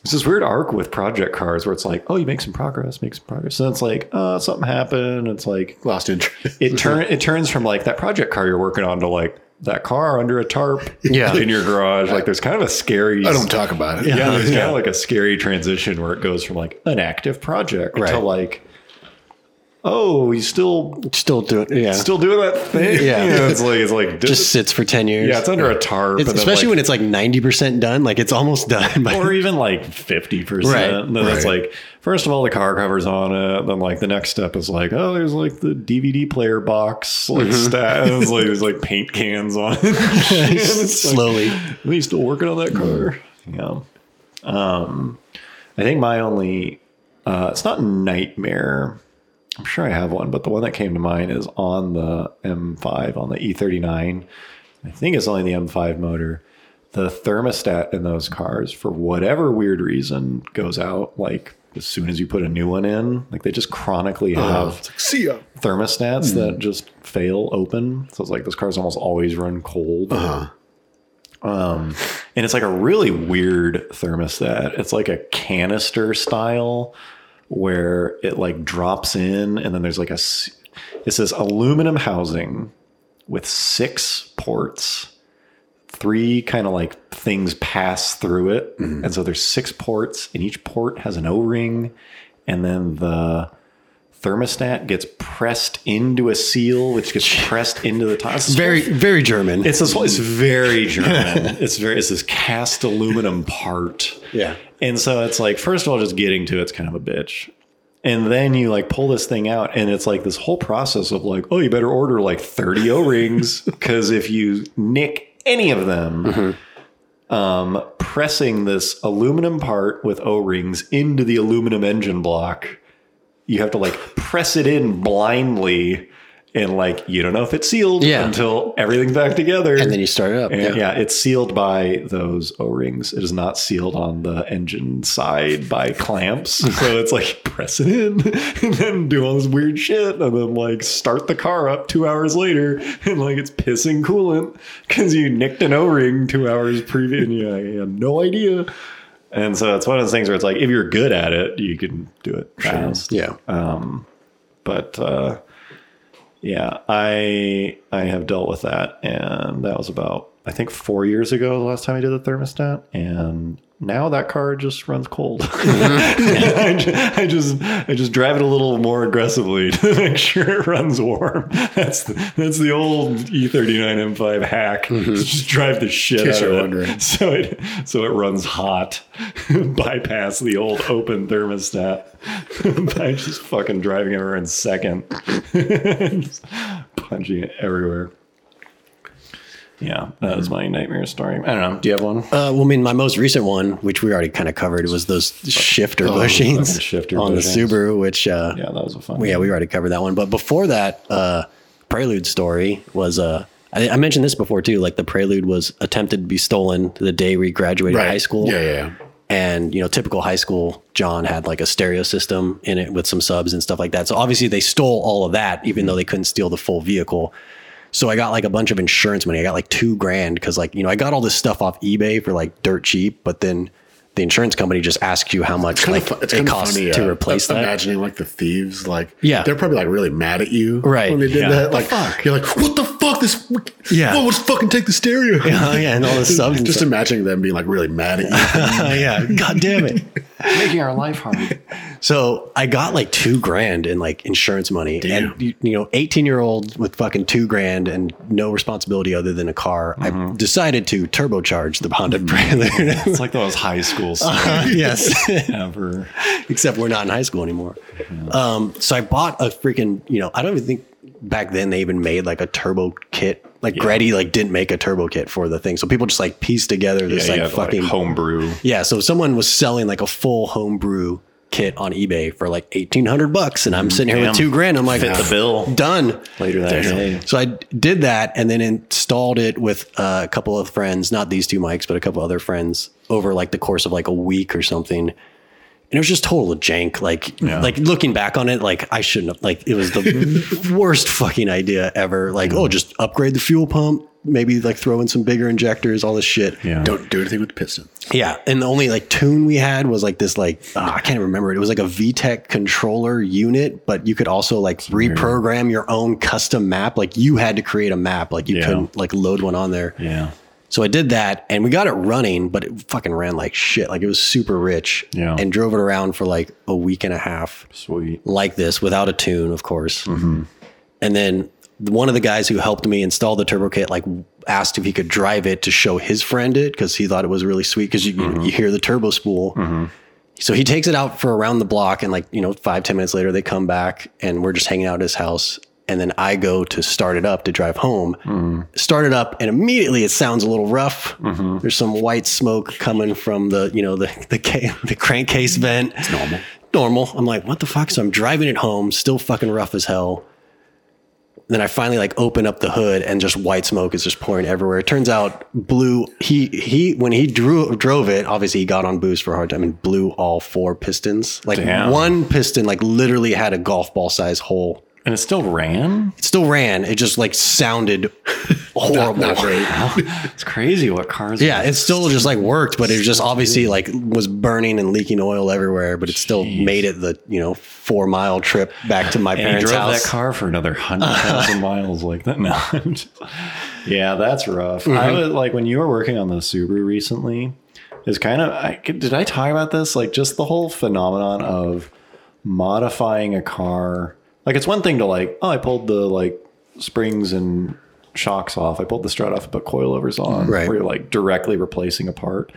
Speaker 2: it's this weird arc with project cars where it's like, oh, you make some progress, make some progress. And it's like, uh, something happened. It's like
Speaker 3: lost interest.
Speaker 2: it turn it turns from like that project car you're working on to like that car under a tarp
Speaker 4: Yeah.
Speaker 2: in your garage. Like there's kind of a scary
Speaker 3: I don't talk about it.
Speaker 2: yeah, it's kind of like a scary transition where it goes from like an active project to
Speaker 4: Right.
Speaker 2: like, oh, you still
Speaker 4: Still doing, yeah.
Speaker 2: still doing that thing?
Speaker 4: Yeah.
Speaker 2: You know, it's like it's like
Speaker 4: just sits for ten years.
Speaker 2: yeah, it's under a tarp, and
Speaker 4: It's-
Speaker 2: then,
Speaker 4: especially when
Speaker 2: like,
Speaker 4: it's like ninety percent done. Like it's almost done. By,
Speaker 2: or even like fifty percent.
Speaker 4: Right,
Speaker 2: And then it's
Speaker 3: right.
Speaker 2: like first of all the car covers on it. Then like the next step is like oh, there's like the DVD player box like stat. and it's like there's like paint cans on it. And it's like,
Speaker 4: slowly.
Speaker 2: Are you still working on that car? Yeah. Um, I think my only, uh, it's not nightmare. I'm sure I have one, but the one that came to mind is on the M5, on the E39. I think it's only the M5 motor. The thermostat in those cars, for whatever weird reason, goes out like as soon as you put a new one in. Like they just chronically have
Speaker 3: It's like, see ya.
Speaker 2: thermostats that just fail open. So it's like those cars almost always run cold.
Speaker 3: Uh-huh.
Speaker 2: Um, and it's like a really weird thermostat. It's like a canister style where it like drops in and then there's like a s- it says aluminum housing with six ports. Three kind of like things pass through it. And so there's six ports and each port has an O-ring and then the thermostat gets pressed into a seal which gets pressed into the top. It's
Speaker 4: Very, very German.
Speaker 2: it's this. It's very German. it's very. It's this cast aluminum part.
Speaker 4: Yeah.
Speaker 2: And so it's like, first of all, just getting to it's kind of a bitch. And then you like pull this thing out, and it's like this whole process of like, oh, you better order like thirty O rings because if you nick any of them.
Speaker 4: Mm-hmm.
Speaker 2: Um, pressing this aluminum part with O rings into the aluminum engine block, you have to like press it in blindly, and like you don't know if it's sealed
Speaker 4: Yeah.
Speaker 2: until everything's back together.
Speaker 4: and then you start it up.
Speaker 2: And, yeah. it's sealed by those O rings. It is not sealed on the engine side by clamps. So it's like press it in and then do all this weird shit and then like start the car up two hours later and like it's pissing coolant because you nicked an O ring two hours previous and you like, had no idea. And so it's one of those things where it's like if you're good at it, you can do it fast
Speaker 4: Yeah.
Speaker 2: but uh, yeah, I I have dealt with that, and that was about I think four years ago the last time I did the thermostat, and now that car just runs cold. I, ju- I just I just drive it a little more aggressively to make sure it runs warm. That's the, that's the old E E39 M5 hack. Just drive the shit
Speaker 3: Mm-hmm. case
Speaker 2: out of
Speaker 3: you're
Speaker 2: it
Speaker 3: wondering.
Speaker 2: so it so it runs hot, bypass the old open thermostat by just fucking driving everywhere in second, Just punching it everywhere. Yeah, that was my nightmare story. I don't know. Do you have one?
Speaker 4: Uh, well, I mean, my most recent one, which we already kind of covered, was those shifter bushings
Speaker 2: the shifter
Speaker 4: on the
Speaker 2: bushings.
Speaker 4: Subaru, which uh,
Speaker 2: Yeah, that was a fun.
Speaker 4: Well, yeah, we already covered that one. But before that, uh, Prelude story was uh, I, I mentioned this before too. Like the Prelude was attempted to be stolen the day we graduated
Speaker 3: Right.
Speaker 4: high school.
Speaker 3: Yeah, yeah, yeah.
Speaker 4: And you know, typical high school, John had like a stereo system in it with some subs and stuff like that. So obviously they stole all of that, even though they couldn't steal the full vehicle. So I got like a bunch of insurance money. I got like two grand because like you know I got all this stuff off eBay for like dirt cheap, but then the insurance company just asks you how much
Speaker 3: Kinda
Speaker 4: like
Speaker 3: fu-
Speaker 4: it
Speaker 3: kinda
Speaker 4: costs
Speaker 3: funny,
Speaker 4: to
Speaker 3: uh,
Speaker 4: replace
Speaker 3: I'm
Speaker 4: that.
Speaker 3: Imagining like the thieves, like
Speaker 4: Yeah.
Speaker 3: they're probably like really mad at you,
Speaker 4: Right,
Speaker 3: When they did
Speaker 4: yeah.
Speaker 3: that, like you're like, what the fuck? This,
Speaker 4: Yeah.
Speaker 3: well, let's fucking take the stereo.
Speaker 4: Oh, yeah, and all the subs. and
Speaker 3: Just
Speaker 4: stuff.
Speaker 3: imagining them being like really mad at you.
Speaker 4: yeah, god damn it.
Speaker 2: Making our life hard.
Speaker 4: So I got like two grand in like insurance money, and you, you know, eighteen year old with fucking two grand and no responsibility other than a car.
Speaker 2: Mm-hmm.
Speaker 4: I decided to turbocharge the Honda Prelude.
Speaker 2: It's like those high school
Speaker 4: Uh, yes,
Speaker 2: ever.
Speaker 4: except we're not in high school anymore. Um, so I bought a freaking, you know, I don't even think back then they even made like a turbo kit. Like Gretty like didn't make a turbo kit for the thing, so people just like pieced together this like fucking
Speaker 2: homebrew.
Speaker 4: Yeah, so someone was selling like a full homebrew kit on eBay for like eighteen hundred bucks, and I'm sitting here with
Speaker 2: Mm-hmm. Damn.
Speaker 4: two grand. I'm like,
Speaker 2: Fit the bill.
Speaker 4: done.
Speaker 2: Later that day.
Speaker 4: So I did that, and then installed it with uh, a couple of friends, not these two mics, but a couple other friends over like the course of like a week or something. And it was just total jank. Like, like looking back on it, like I shouldn't have. Like, it was the worst fucking idea ever. Like,
Speaker 2: Mm.
Speaker 4: oh, just upgrade the fuel pump. Maybe like throw in some bigger injectors, all this shit.
Speaker 2: Yeah.
Speaker 3: Don't do anything with the piston.
Speaker 4: Yeah, and the only like tune we had was like this like ah, I can't remember it. It was like a VTech controller unit, but you could also like reprogram your own custom map. Like you had to create a map. Like you
Speaker 2: Yeah.
Speaker 4: couldn't like load one on there.
Speaker 2: yeah.
Speaker 4: So I did that, and we got it running, but it fucking ran like shit. Like it was super rich.
Speaker 2: Yeah.
Speaker 4: and drove it around for like a week and a half
Speaker 2: Sweet.
Speaker 4: like this without a tune, of course. And then one of the guys who helped me install the turbo kit like asked if he could drive it to show his friend it because he thought it was really sweet because you, you- you hear the turbo spool. So he takes it out for around the block and like, you know, five ten minutes later they come back and we're just hanging out at his house. And then I go to start it up to drive home, start it up, and immediately it sounds a little rough. There's some white smoke coming from the, you know, the the, ca- the crankcase vent. It's normal. Normal. I'm like, what the fuck? So I'm driving it home, still fucking rough as hell. Then I finally like open up the hood and just white smoke is just pouring everywhere. It turns out blue he he when he drew drove it, obviously he got on boost for a hard time and blew all four pistons. Like
Speaker 2: Damn.
Speaker 4: one piston like literally had a golf ball size hole.
Speaker 2: And it still ran?
Speaker 4: It still ran. It just like sounded horrible.
Speaker 3: Not great.
Speaker 2: It's crazy what cars
Speaker 4: Yeah, it still just like worked, but it was just obviously like was burning and leaking oil everywhere. But it still made it the you know four mile trip back to my
Speaker 2: And he
Speaker 4: parents'
Speaker 2: drove
Speaker 4: house.
Speaker 2: that car for another hundred thousand miles like that. No, I'm just- Uh-huh. yeah, that's rough. I was like when you were working on the Subaru recently. Is kind of I, did I talk about this? Like just the whole phenomenon of modifying a car. Like it's one thing to like, oh, I pulled the like springs and shocks off. I pulled the strut off, but coilovers on.
Speaker 4: Right.
Speaker 2: Where you're like directly replacing a part.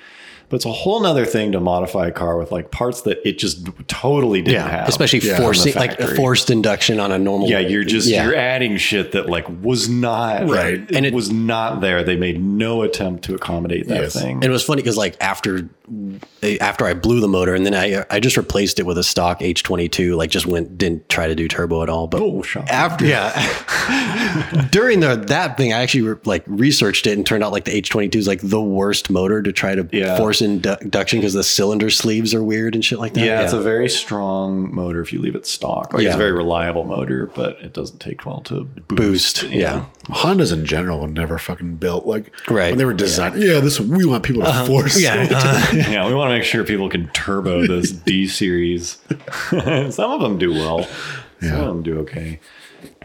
Speaker 2: But it's a whole nother thing to modify a car with like parts that it just totally didn't have.
Speaker 4: especially
Speaker 2: from the
Speaker 4: forcing like a
Speaker 2: factory.
Speaker 4: forced induction on a normal.
Speaker 2: Yeah, you're just
Speaker 4: Yeah.
Speaker 2: you're adding shit that like was not
Speaker 3: Right.
Speaker 4: And
Speaker 2: and it
Speaker 4: it-
Speaker 2: was not there. They made no attempt to accommodate that
Speaker 3: Yes.
Speaker 2: thing.
Speaker 4: And it was funny because like after after I blew the motor and then I I just replaced it with a stock H22 like just went didn't try to do turbo at all but
Speaker 2: Oh, shocker.
Speaker 4: after yeah during the that thing I actually re- like researched it and turned out like the H22 is like the worst motor to try to
Speaker 2: Yeah.
Speaker 4: force indu- induction because the cylinder sleeves are weird and shit like that
Speaker 2: yeah, it's a very strong motor if you leave it stock. Like it's a very reliable motor, but it doesn't take well to boost.
Speaker 4: boost yeah.
Speaker 3: Hondas in general were never fucking built like
Speaker 4: Right. Uh-huh.
Speaker 3: when they were designed. Yeah, this we want people to force.
Speaker 4: Yeah,
Speaker 3: it.
Speaker 2: Yeah. we want to make sure people can turbo this D series. Some of them do well. Some of them do okay.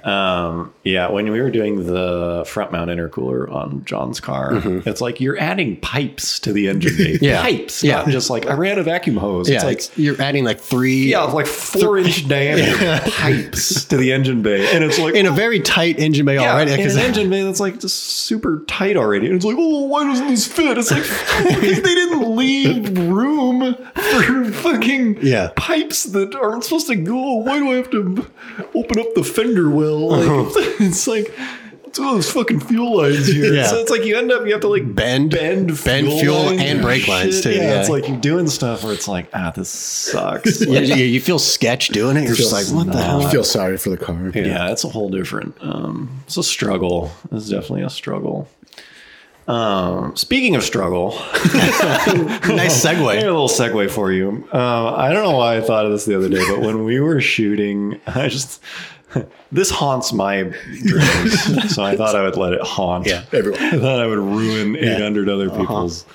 Speaker 2: Um, yeah, when we were doing the front mount intercooler on John's car, it's like you're adding pipes to the engine bay.
Speaker 4: Mm-hmm. Yeah.
Speaker 2: Pipes.
Speaker 4: Yeah.
Speaker 2: Not just like I ran a vacuum hose.
Speaker 4: yeah
Speaker 2: it's like
Speaker 4: it's- you're adding like three
Speaker 2: yeah, it's like four inch diameter pipes to the engine bay. And it's like
Speaker 4: in a very tight engine bay
Speaker 2: yeah,
Speaker 4: already
Speaker 2: and
Speaker 4: because
Speaker 2: an engine bay that's like just super tight already. And it's like, oh, why doesn't this fit? It's like because they didn't leave room for fucking
Speaker 4: Yeah.
Speaker 2: pipes that aren't supposed to go. Why do I have to open up the fender well? Like, it's like it's all those fucking fuel lines here.
Speaker 4: Uh-huh. Yeah.
Speaker 2: So it's like you end up, you have to like
Speaker 4: Bend,
Speaker 2: bend,
Speaker 4: bend fuel and brake
Speaker 2: shit.
Speaker 4: lines, too,
Speaker 2: Yeah,
Speaker 4: yeah.
Speaker 2: It's like you're doing stuff where it's like, ah, this sucks.
Speaker 4: you,
Speaker 2: Like,
Speaker 4: you- you feel sketch doing it. You're just like, what the hell?
Speaker 3: I feel sorry for the car.
Speaker 2: yeah. that's a whole different. Um, it's a struggle. It's definitely a struggle. Um, speaking of struggle,
Speaker 4: nice
Speaker 2: I
Speaker 4: segue.
Speaker 2: got a little segue for you. Uh, I don't know why I thought of this the other day, but when we were shooting, I just this haunts my dreams, so I thought I would let it haunt.
Speaker 4: Yeah. Uh-huh.
Speaker 3: Everyone.
Speaker 2: I thought I would ruin 800 other people's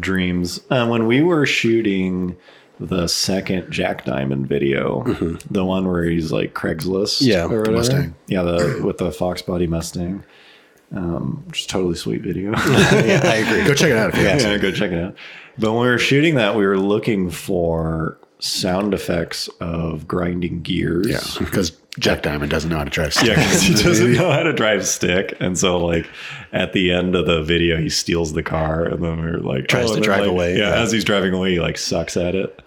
Speaker 2: dreams. Um, when we were shooting the second Jack Diamond video, the one where he's like Craigslist,
Speaker 4: Mm-hmm. Yeah,
Speaker 2: or
Speaker 4: the
Speaker 2: whatever.
Speaker 3: Mustang.
Speaker 2: yeah, the with the Fox Body Mustang, um, which is a totally sweet video.
Speaker 4: yeah, I agree.
Speaker 3: Go check it out if you
Speaker 2: yeah,
Speaker 3: want.
Speaker 2: go check it out. But when we were shooting that, we were looking for sound effects of grinding gears.
Speaker 3: Yeah, because Jack Diamond doesn't know how to drive.
Speaker 2: Yeah, because he doesn't know how to drive stick, and so like at the end of the video, he steals the car, and then we were like oh,
Speaker 4: Tries to
Speaker 2: and then,
Speaker 4: drive
Speaker 2: like-
Speaker 4: away,
Speaker 2: Yeah,
Speaker 4: yeah.
Speaker 2: as he's driving away, he like sucks at it.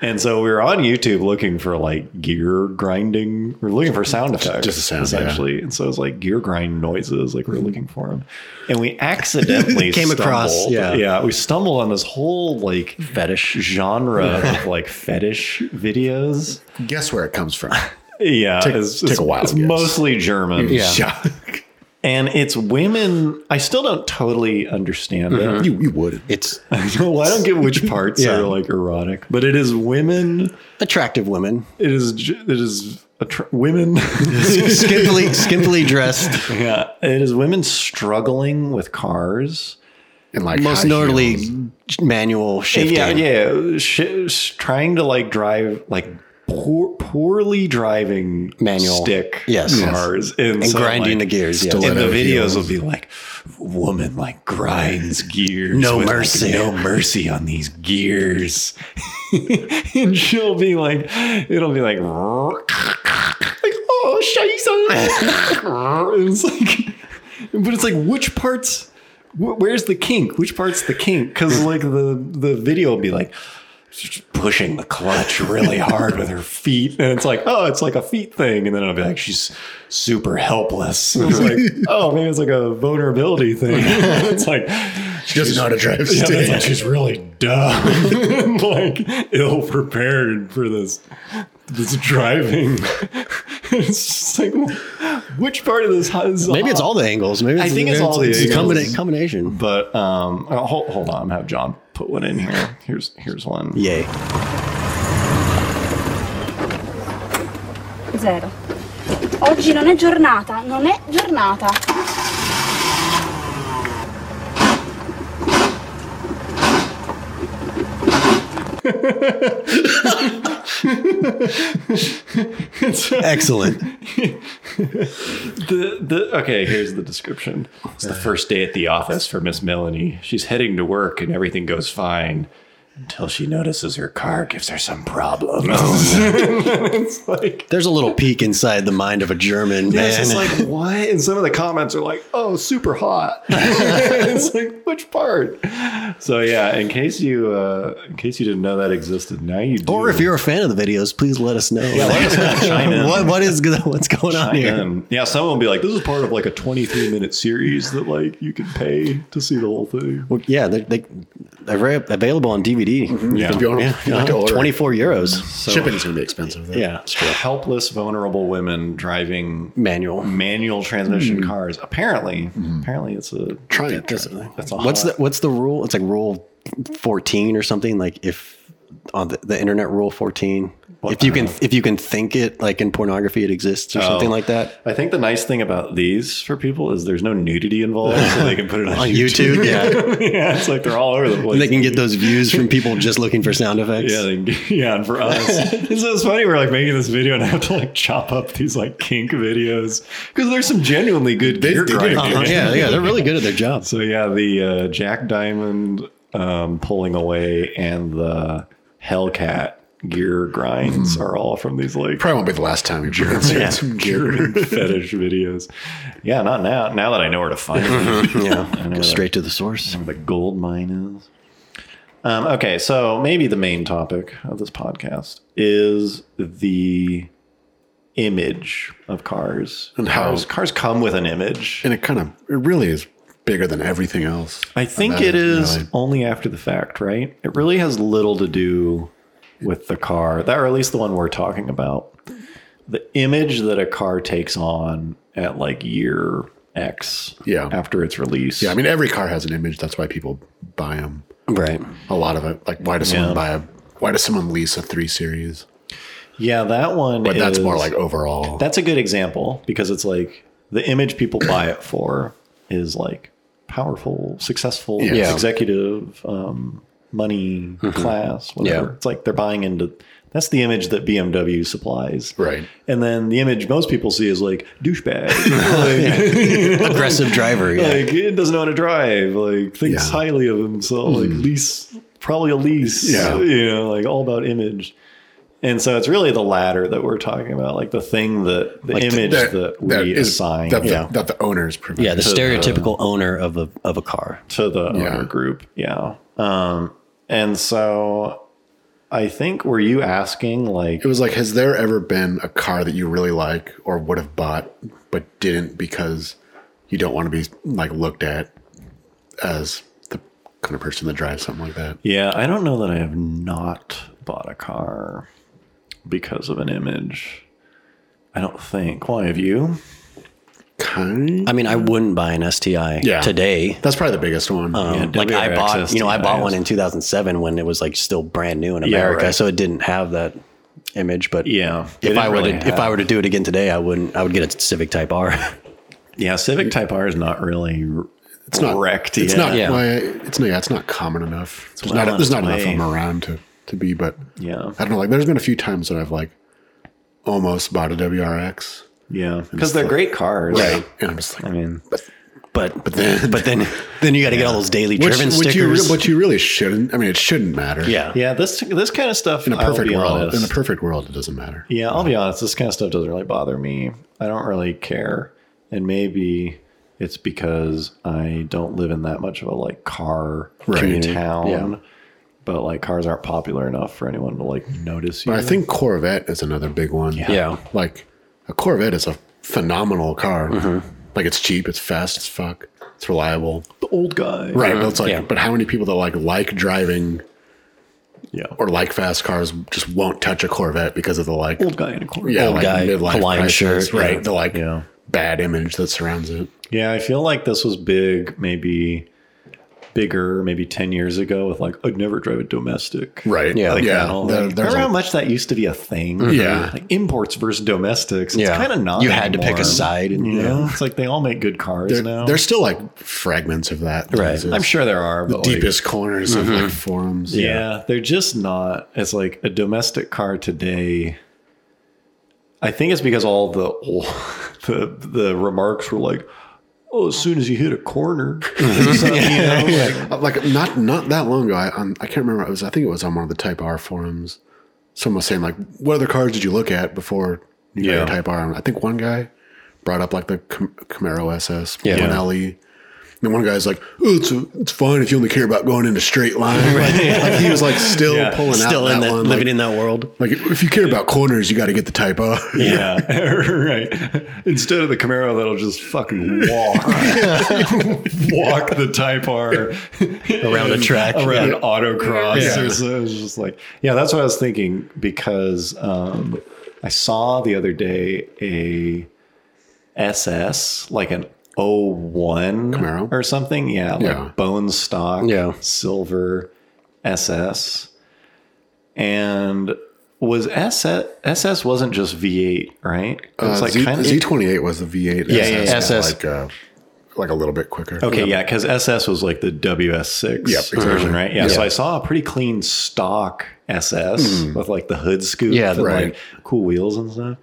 Speaker 2: And so we were on YouTube looking for like gear grinding. We're looking for sound effects,
Speaker 3: just a sound, yeah.
Speaker 2: essentially. And so it was like gear grind noises, like we are looking for them. And we accidentally
Speaker 4: Mm-hmm. Came across,
Speaker 2: stumbled-
Speaker 4: yeah.
Speaker 2: yeah, we stumbled on this whole like
Speaker 4: Fetish.
Speaker 2: genre of like fetish videos.
Speaker 3: Guess where it comes from?
Speaker 2: Yeah,
Speaker 3: Take- take a wild
Speaker 2: It's
Speaker 3: guess.
Speaker 2: mostly German.
Speaker 4: Yeah.
Speaker 2: and it's women. I still don't totally understand it.
Speaker 3: you you would.
Speaker 4: It's
Speaker 2: well, I don't get which parts
Speaker 4: Mm-hmm. Yeah.
Speaker 2: are like erotic, but it is women.
Speaker 4: attractive women,
Speaker 2: It is j- it is attr- women.
Speaker 4: skimpily, skimpily dressed,
Speaker 2: yeah, it is women struggling with cars.
Speaker 3: And like
Speaker 4: most
Speaker 3: high
Speaker 4: notably
Speaker 3: heels.
Speaker 4: manual shifting.
Speaker 2: Yeah, yeah, sh- sh- trying to like drive like. Poor, poorly driving
Speaker 4: Manual.
Speaker 2: stick
Speaker 4: Yes. Yes.
Speaker 2: cars and,
Speaker 4: And
Speaker 2: so,
Speaker 4: grinding
Speaker 2: like,
Speaker 4: the gears. Yeah.
Speaker 3: Still-
Speaker 2: and the
Speaker 3: Stiletto
Speaker 2: videos
Speaker 3: heels.
Speaker 2: will be like woman like grinds gears
Speaker 4: No
Speaker 2: with, like,
Speaker 4: mercy.
Speaker 2: no mercy on these gears and she'll be like it'll be like, like oh shite it's like but it's like which parts wh- where's the kink which part's the kink because like the the video will be like she's pushing the clutch really hard with her feet and it's like oh it's like a feet thing and then it'll be like she's super helpless And it's like oh maybe it's like a vulnerability thing it's like
Speaker 3: she doesn't know how to drive.
Speaker 2: yeah,
Speaker 3: stick.
Speaker 2: it's like she's really dumb and like ill prepared for this this driving it's just like which part of this is
Speaker 4: Maybe it's all the angles. Maybe it's,
Speaker 2: I think it's all the
Speaker 4: a combina-
Speaker 2: angles.
Speaker 4: combination.
Speaker 2: but um oh, hold, hold on have john put one in here here's here's one
Speaker 4: Yay.
Speaker 6: Zero. Oggi non è giornata, non è giornata.
Speaker 4: Excellent.
Speaker 2: the, the okay here's the description it's the first day at the office for miss melanie she's heading to work and everything goes fine until she notices her car gives her some
Speaker 4: Oh,
Speaker 2: problems it's like
Speaker 4: There's a little peek inside the mind of a German
Speaker 2: yeah,
Speaker 4: man.
Speaker 2: it's just like what and some of the comments are like oh super hot it's like which part so yeah in case you uh in case you didn't know that existed now you do
Speaker 4: or if you're a fan of the videos, please let us know. what, what is what's going on
Speaker 2: I
Speaker 4: here?
Speaker 2: am. Yeah, someone will be like, "This is part of like a 23 minute series that like you can pay to see the whole thing."
Speaker 4: Well, yeah, they, they, they're av- available on DVD.
Speaker 2: Mm-hmm.
Speaker 3: If you want,
Speaker 4: Yeah,
Speaker 3: you like to order.
Speaker 4: 24 Uh-huh. euros.
Speaker 2: So
Speaker 3: Shipping's gonna be expensive. Though.
Speaker 4: Yeah,
Speaker 2: helpless, vulnerable women driving
Speaker 4: manual.
Speaker 2: manual transmission
Speaker 4: Hmm.
Speaker 2: cars. Apparently, apparently it's a
Speaker 3: try it.
Speaker 2: that's a
Speaker 4: What's the
Speaker 2: hot-
Speaker 4: what's the rule? It's like rule 14 or something. Like if on the, the internet rule 14, if you can if you can think it, like in pornography, it exists or something like that
Speaker 2: Oh. I think the nice thing about these for people is there's no nudity involved, so they can put it on,
Speaker 4: on YouTube. Yeah,
Speaker 2: yeah, it's like they're all over the place.
Speaker 4: and they can get those views from people just looking for sound effects.
Speaker 2: Yeah, they, yeah, and for us, it's, it's funny. We're like making this video and I have to like chop up these like kink videos because there's some genuinely good
Speaker 3: They-
Speaker 2: gear
Speaker 3: they do.
Speaker 2: grinding.
Speaker 4: Uh-huh. yeah, yeah, they're really good at their jobs.
Speaker 2: So yeah, the uh, Jack Diamond um, pulling away and the Hellcat gear grinds are all from these like
Speaker 3: Probably won't be the last time you've been yeah. some gear.
Speaker 2: fetish videos. Yeah, not now. Now that I know where to find them,
Speaker 4: Yeah,
Speaker 2: know
Speaker 4: go straight to the source.
Speaker 2: where the gold mine is. Um, okay, so maybe the main topic of this podcast is the image of cars.
Speaker 3: And how-
Speaker 2: cars, cars come with an image.
Speaker 3: and it kind of it really is bigger than everything else.
Speaker 2: I think
Speaker 3: that
Speaker 2: it
Speaker 3: is
Speaker 2: is
Speaker 3: really-
Speaker 2: only after the fact, right? It really has little to do with the car, that or at least the one we're talking about. The image that a car takes on at like year X,
Speaker 3: Yeah.
Speaker 2: after its release,
Speaker 3: Yeah, I mean every car has an image. That's why people buy them.
Speaker 4: Right.
Speaker 3: A lot of it. Like why does someone
Speaker 2: Yeah.
Speaker 3: buy a why does someone lease a three series?
Speaker 2: yeah, that one.
Speaker 3: But that's more
Speaker 2: is-
Speaker 3: like overall.
Speaker 2: that's a good example because it's like the image people buy it for is like powerful, successful,
Speaker 3: Yeah. Mm-hmm.
Speaker 2: executive, um, money, class, whatever.
Speaker 4: Yeah.
Speaker 2: It's like they're buying into that's the image that BMW supplies.
Speaker 3: Right.
Speaker 2: And then the image most people see is like douchebag. like,
Speaker 4: Aggressive driver. Yeah.
Speaker 2: like it doesn't know how to drive, like thinks
Speaker 3: Yeah.
Speaker 2: highly of himself, like lease probably a lease.
Speaker 3: Yeah.
Speaker 2: You know, like all about image. And so it's really the latter that we're talking about, like the thing that the image that, we
Speaker 3: is-
Speaker 2: assign
Speaker 3: that, the-
Speaker 2: yeah,
Speaker 3: that the owners provide.
Speaker 4: yeah. The stereotypical owner of a of a car.
Speaker 2: to the
Speaker 3: Yeah.
Speaker 2: owner group. Yeah. Um, and so I think were you asking like
Speaker 3: it was like, has there ever been a car that you really like or would have bought but didn't because you don't want to be like looked at as the kind of person that drives something like that?
Speaker 2: Yeah, I don't know that I have not bought a car because of an image. I don't think. Why have you?
Speaker 3: Kind.
Speaker 4: I mean, I wouldn't buy an STI
Speaker 3: Yeah.
Speaker 4: today.
Speaker 3: That's probably the biggest one.
Speaker 4: Um, like I bought, you know, I bought
Speaker 2: WRXSTIs.
Speaker 4: one in 2007 when it was like still brand new in
Speaker 2: Yeah,
Speaker 4: America,
Speaker 2: right.
Speaker 4: so it didn't have that image. But
Speaker 2: Yeah. they
Speaker 4: if
Speaker 2: didn't
Speaker 4: I were
Speaker 2: really
Speaker 4: to, if
Speaker 2: have-
Speaker 4: I were to do it again today, I wouldn't. I would get a Civic Type R.
Speaker 2: Yeah, Civic Type R is not really
Speaker 3: it's not
Speaker 2: wrecked
Speaker 3: It's
Speaker 2: yet.
Speaker 3: not.
Speaker 4: Yeah.
Speaker 3: why- it's no. Yeah, it's not common enough. There's
Speaker 2: well
Speaker 3: not,
Speaker 2: on
Speaker 3: there's
Speaker 2: its
Speaker 3: not enough of
Speaker 2: way.
Speaker 3: them around to to be. But
Speaker 2: Yeah.
Speaker 3: I don't know. Like, there's been a few times that I've like almost bought a WRX.
Speaker 2: Yeah. Because they're great cars.
Speaker 3: Right. And I'm just like,
Speaker 2: I mean,
Speaker 4: But but
Speaker 3: then-
Speaker 4: but then then you got to get all those daily driven
Speaker 3: you,
Speaker 4: stickers.
Speaker 3: re- which you really shouldn't. I mean, it shouldn't matter.
Speaker 4: yeah.
Speaker 2: yeah, this this kind of stuff
Speaker 3: In a
Speaker 2: I'll
Speaker 3: perfect
Speaker 2: be
Speaker 3: world,
Speaker 2: honest.
Speaker 3: in a perfect world, it doesn't matter.
Speaker 2: Yeah, I'll be honest. This kind of stuff doesn't really bother me. I don't really care, and maybe it's because I don't live in that much of a like car
Speaker 3: Right.
Speaker 2: community town.
Speaker 4: Yeah.
Speaker 2: But like cars aren't popular enough for anyone to like notice you.
Speaker 3: But I think Corvette is another big one.
Speaker 4: Yeah.
Speaker 3: Like a Corvette is a phenomenal car.
Speaker 4: Mm-hmm.
Speaker 3: Like it's cheap, it's fast as fuck, it's reliable.
Speaker 2: the old guy.
Speaker 3: Right. But it's like,
Speaker 4: Yeah.
Speaker 3: but how many people that like like driving
Speaker 2: Yeah.
Speaker 3: or like fast cars just won't touch a Corvette because of the like
Speaker 2: old guy in a Corvette.
Speaker 3: yeah,
Speaker 4: Old
Speaker 3: like
Speaker 4: guy, Hawaiian
Speaker 3: crisis,
Speaker 4: shirt,
Speaker 3: right?
Speaker 4: yeah.
Speaker 3: The like
Speaker 2: Yeah.
Speaker 3: bad image that surrounds it.
Speaker 2: Yeah, I feel like this was big, maybe bigger, maybe ten years ago. With like, I'd never drive a domestic.
Speaker 3: Right.
Speaker 4: Yeah.
Speaker 3: Yeah.
Speaker 4: Like
Speaker 3: yeah.
Speaker 2: You know,
Speaker 3: There-
Speaker 2: like,
Speaker 3: there's
Speaker 2: remember how
Speaker 3: a-
Speaker 2: much that used to be a thing?
Speaker 3: Yeah.
Speaker 2: Like imports versus domestics. It's
Speaker 4: Yeah.
Speaker 2: kind of not.
Speaker 4: You had to pick a
Speaker 2: anymore.
Speaker 4: side and-
Speaker 2: you know, it's like they all make good cars
Speaker 3: there-
Speaker 2: now.
Speaker 3: there's still like fragments of that. that
Speaker 4: Right. Mm-hmm.
Speaker 3: exist.
Speaker 2: I'm sure there are. But like,
Speaker 3: deepest corners of like forums.
Speaker 2: yeah, they're just not. It's like a domestic car today. I think it's because all the the, the remarks were like, "Oh, as soon as you hit a corner, So, you know, like,
Speaker 3: Uh, Like not not that long ago, I um, I can't remember. It was I think it was on one of the Type R forums. Someone was saying like, "What other cars did you look at before you got
Speaker 2: Yeah.
Speaker 3: your Type R?" And I think one guy brought up like the Cam- Camaro SS,
Speaker 4: Yeah.
Speaker 3: one LE. And then one guy's like, "Oh, it's a, it's fine if you only care about going in a straight line." Like, like, he was like still
Speaker 2: Yeah.
Speaker 3: pulling
Speaker 4: Still
Speaker 3: out
Speaker 4: in
Speaker 3: that
Speaker 4: that,
Speaker 3: one.
Speaker 4: living
Speaker 3: like,
Speaker 4: in that world.
Speaker 3: like if you care about corners, you got to get the Type R.
Speaker 2: Yeah, right. Instead of the Camaro that'll just fucking walk, walk the Type R
Speaker 4: Around a track,
Speaker 2: around
Speaker 4: yeah.
Speaker 2: autocross.
Speaker 3: Yeah.
Speaker 2: Or so. It was just like, yeah, that's what I was thinking because um, I saw the other day a SS like an. 01
Speaker 3: Camaro?
Speaker 2: or something. Yeah. Like
Speaker 3: Yeah.
Speaker 2: bone stock.
Speaker 4: Yeah.
Speaker 2: Silver SS and was SS SS wasn't just V8, right? It was like kind of
Speaker 3: Uh, Z twenty eight was the V eight.
Speaker 2: Yeah, yeah, yeah.
Speaker 4: SS.
Speaker 3: like uh, like a little bit quicker.
Speaker 2: okay, yeah, because SS was like the WS6
Speaker 3: Yep, exactly.
Speaker 2: version, right? Yeah, so
Speaker 3: Yeah. Hmm.
Speaker 2: I saw a pretty clean stock SS with like the hood scoop,
Speaker 4: Yeah,
Speaker 2: and
Speaker 3: right.
Speaker 2: like cool wheels and stuff.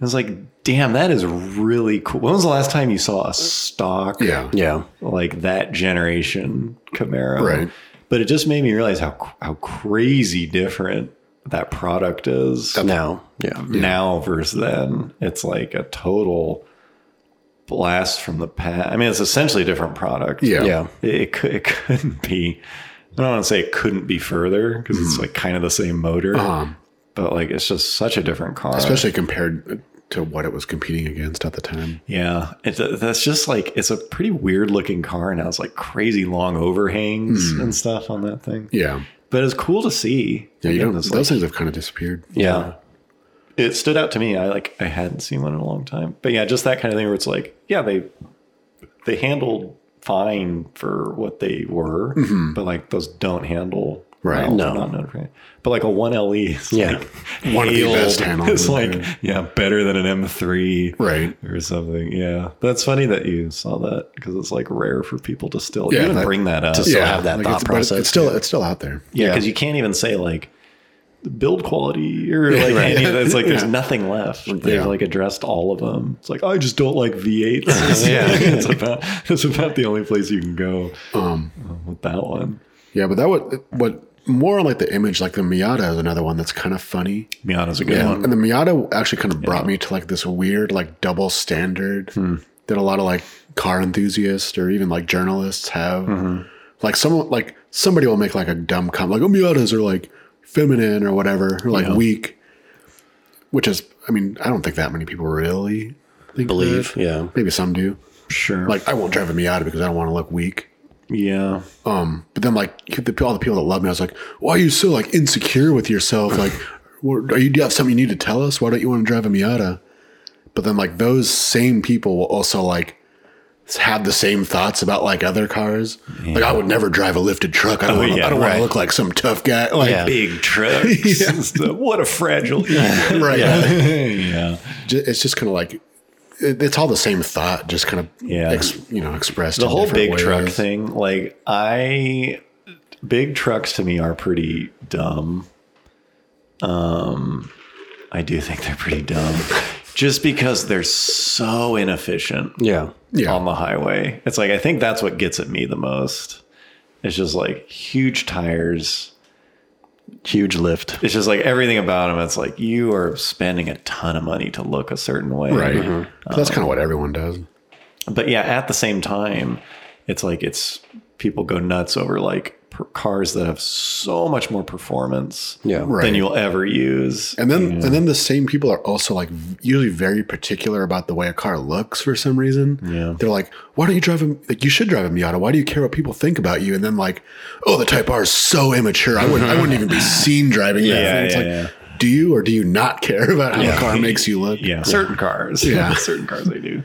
Speaker 2: I was like, damn, that is really cool. When was the last time you saw a stock?
Speaker 3: Yeah.
Speaker 4: Yeah.
Speaker 2: like that generation Camaro.
Speaker 3: Right.
Speaker 2: But it just made me realize how how crazy different that product is
Speaker 4: Now. Yeah.
Speaker 2: now versus then. It's like a total blast from the past. I mean, it's essentially a different product.
Speaker 3: Yeah.
Speaker 4: Yeah.
Speaker 2: It, it, cou- it couldn't be, I don't want to say it couldn't be further
Speaker 3: Hmm.
Speaker 2: because it's like kind of the same motor,
Speaker 3: Um,
Speaker 2: but like it's just such a different car.
Speaker 3: especially compared to what it was competing against at the time.
Speaker 2: Yeah, it's a, that's just like it's a pretty weird looking car and it has like crazy long overhangs and stuff on that thing.
Speaker 3: Hmm. Yeah.
Speaker 2: But it's cool to see.
Speaker 3: Yeah, you
Speaker 2: Again,
Speaker 3: don't,
Speaker 2: it's
Speaker 3: those
Speaker 2: like-
Speaker 3: things have kind of disappeared.
Speaker 2: yeah. It stood out to me. I like I hadn't seen one in a long time. But yeah, just that kind of thing where it's like, yeah, they they handled fine for what they were, but like those don't handle
Speaker 3: Mm-hmm. Right.
Speaker 2: well,
Speaker 4: No.
Speaker 2: not known for- But like a one LE is
Speaker 4: Yeah.
Speaker 2: like
Speaker 3: One of the
Speaker 2: hailed.
Speaker 3: best handled,
Speaker 2: It's like
Speaker 3: yeah.
Speaker 2: yeah, better than an M three
Speaker 3: Right.
Speaker 2: or something. Yeah, that's funny that you saw that because it's like rare for people to still
Speaker 3: Yeah,
Speaker 2: even
Speaker 3: that-
Speaker 2: bring that up.
Speaker 4: to still have that
Speaker 3: like,
Speaker 4: thought
Speaker 3: it's- but
Speaker 4: process.
Speaker 3: It's still it's still out there.
Speaker 2: yeah, because you can't even say like build quality or like any of that. It's like there's nothing left. They've
Speaker 3: Yeah.
Speaker 2: like addressed all of them. It's like I just don't like V8s. yeah, it's about it's about the only place you can go Uh,
Speaker 3: Um,
Speaker 2: with that one.
Speaker 3: yeah, but that would what more on like the image, like the Miata is another one that's kind of funny.
Speaker 2: Miata's a good
Speaker 3: Yeah,
Speaker 2: one.
Speaker 3: and the Miata actually kind of brought me to like this weird like double standard that a lot of like car enthusiasts or even like journalists have. Like someone like somebody will make like a dumb comment like oh Miatas are like feminine or whatever or like weak, which is I mean I don't think that many people really think
Speaker 4: Believe,
Speaker 3: that.
Speaker 4: yeah.
Speaker 3: maybe some do.
Speaker 2: Sure.
Speaker 3: Like I won't drive a Miata because I don't want to look weak.
Speaker 2: yeah.
Speaker 3: Um, but then like the, all the people that love me, I was like, why are you so like insecure with yourself? Like, what, are you, do you have something you need to tell us? Why don't you want to drive a Miata? But then like those same people will also like have the same thoughts about like other cars. Like I would never drive a lifted truck. I don't, wanna,
Speaker 2: Oh, yeah,
Speaker 3: I don't want
Speaker 2: right.
Speaker 3: to look like some tough guy. Like,
Speaker 4: Yeah.
Speaker 2: Big trucks. and stuff. What a fragile. ego.
Speaker 3: right.
Speaker 2: yeah.
Speaker 3: Ju- It's just kind of like, it, it's all the same thought, just kind of,
Speaker 2: Yeah.
Speaker 3: you know, expressed.
Speaker 2: the
Speaker 3: in
Speaker 2: whole big
Speaker 3: different
Speaker 2: truck
Speaker 3: ways.
Speaker 2: thing like i big trucks to me are pretty dumb um i do think they're pretty dumb just because they're so inefficient
Speaker 4: Yeah.
Speaker 3: Yeah.
Speaker 2: on the highway it's like i think that's what gets at me the most it's just like huge tires
Speaker 4: Huge lift.
Speaker 2: it's just like everything about them it's like you are spending a ton of money to look a certain way
Speaker 3: Right. That's
Speaker 2: Um,
Speaker 3: kind of what everyone does.
Speaker 2: but yeah, at the same time, it's like it's people go nuts over like per- cars that have so much more performance
Speaker 4: Yeah.
Speaker 2: than
Speaker 3: Right.
Speaker 2: you'll ever use.
Speaker 3: And then and then the same people are also like v- usually very particular about the way a car looks for some reason.
Speaker 2: Yeah.
Speaker 3: They're like, why don't you drive a like you should drive a Miata? Why do you care what people think about you? And then like, oh, the type R is so immature. I wouldn't I wouldn't even be seen driving that
Speaker 2: Yeah,
Speaker 3: thing. It's
Speaker 2: yeah,
Speaker 3: like,
Speaker 2: yeah.
Speaker 3: do you or do you not care about how
Speaker 2: Yeah.
Speaker 3: a car makes you look?
Speaker 2: yeah, certain cars,
Speaker 3: Yeah.
Speaker 2: certain cars they do.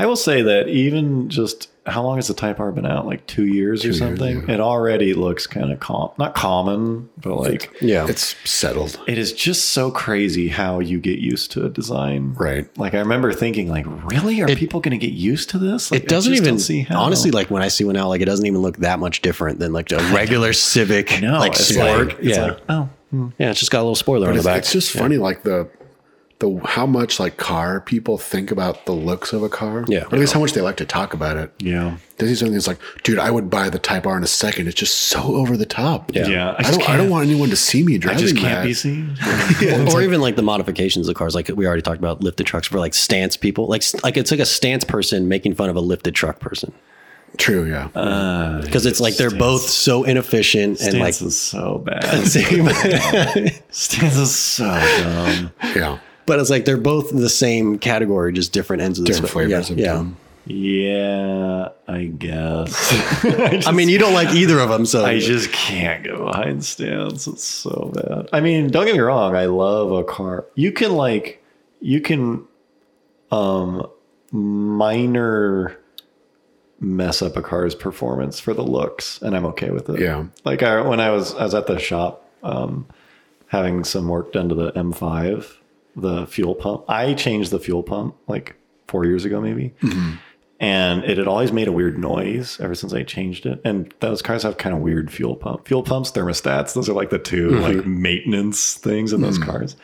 Speaker 2: I will say that even just how long has the Type R been out? Like two years or something. It already looks kind of com not common, but like
Speaker 4: Yeah.
Speaker 3: It's settled.
Speaker 2: it is just so crazy how you get used to a design.
Speaker 3: Right.
Speaker 2: Like I remember thinking, like, really, are people going to get used to this? Like,
Speaker 4: it
Speaker 2: I
Speaker 4: doesn't
Speaker 2: just don't
Speaker 4: even
Speaker 2: see how.
Speaker 4: honestly like when I see one out, like it doesn't even look that much different than like a regular Civic,
Speaker 2: no,
Speaker 4: like
Speaker 2: it's
Speaker 4: Sport.
Speaker 2: like, it's
Speaker 4: yeah,
Speaker 2: like, oh,
Speaker 4: yeah, it's just got a little spoiler on the
Speaker 3: It's,
Speaker 4: back.
Speaker 3: it's just funny, like the the how much like car people think about the looks of a car.
Speaker 4: Yeah.
Speaker 3: Or at least how much they like to talk about it.
Speaker 2: yeah.
Speaker 3: There's these other things like, dude, I would buy the Type R in a second. It's just so over the top.
Speaker 4: Yeah.
Speaker 2: Yeah,
Speaker 3: I, don't. I don't want anyone to see me
Speaker 2: I
Speaker 3: driving.
Speaker 2: just can't
Speaker 3: that.
Speaker 2: be seen.
Speaker 4: or even like the modifications of cars, like we already talked about lifted trucks for like stance people, like like it's like a stance person making fun of a lifted truck person
Speaker 3: True. Yeah.
Speaker 2: Uh,
Speaker 4: because it's like they're both so inefficient and like
Speaker 2: Stance is so bad.
Speaker 4: same,
Speaker 2: Stance is so dumb.
Speaker 3: yeah.
Speaker 4: but it's like they're both the same category, just different ends of the
Speaker 3: Different
Speaker 4: spe- yeah,
Speaker 3: flavors of
Speaker 4: Yeah,
Speaker 3: dumb.
Speaker 2: Yeah, I guess.
Speaker 4: I mean you don't like either of them, so
Speaker 2: I just can't get behind Stance. It's so bad. I mean, don't get me wrong. I love a car. You can like, you can, um, minor mess up a car's performance for the looks, and I'm okay with it.
Speaker 3: Yeah.
Speaker 2: Like I, when I was, I was at the shop, um, having some work done to the M5, the fuel pump. I changed the fuel pump like four years ago, maybe. And it had always made a weird noise ever since I changed it. And those cars have kind of weird fuel pump, fuel pumps, thermostats. Those are like the 2 like maintenance things in those cars.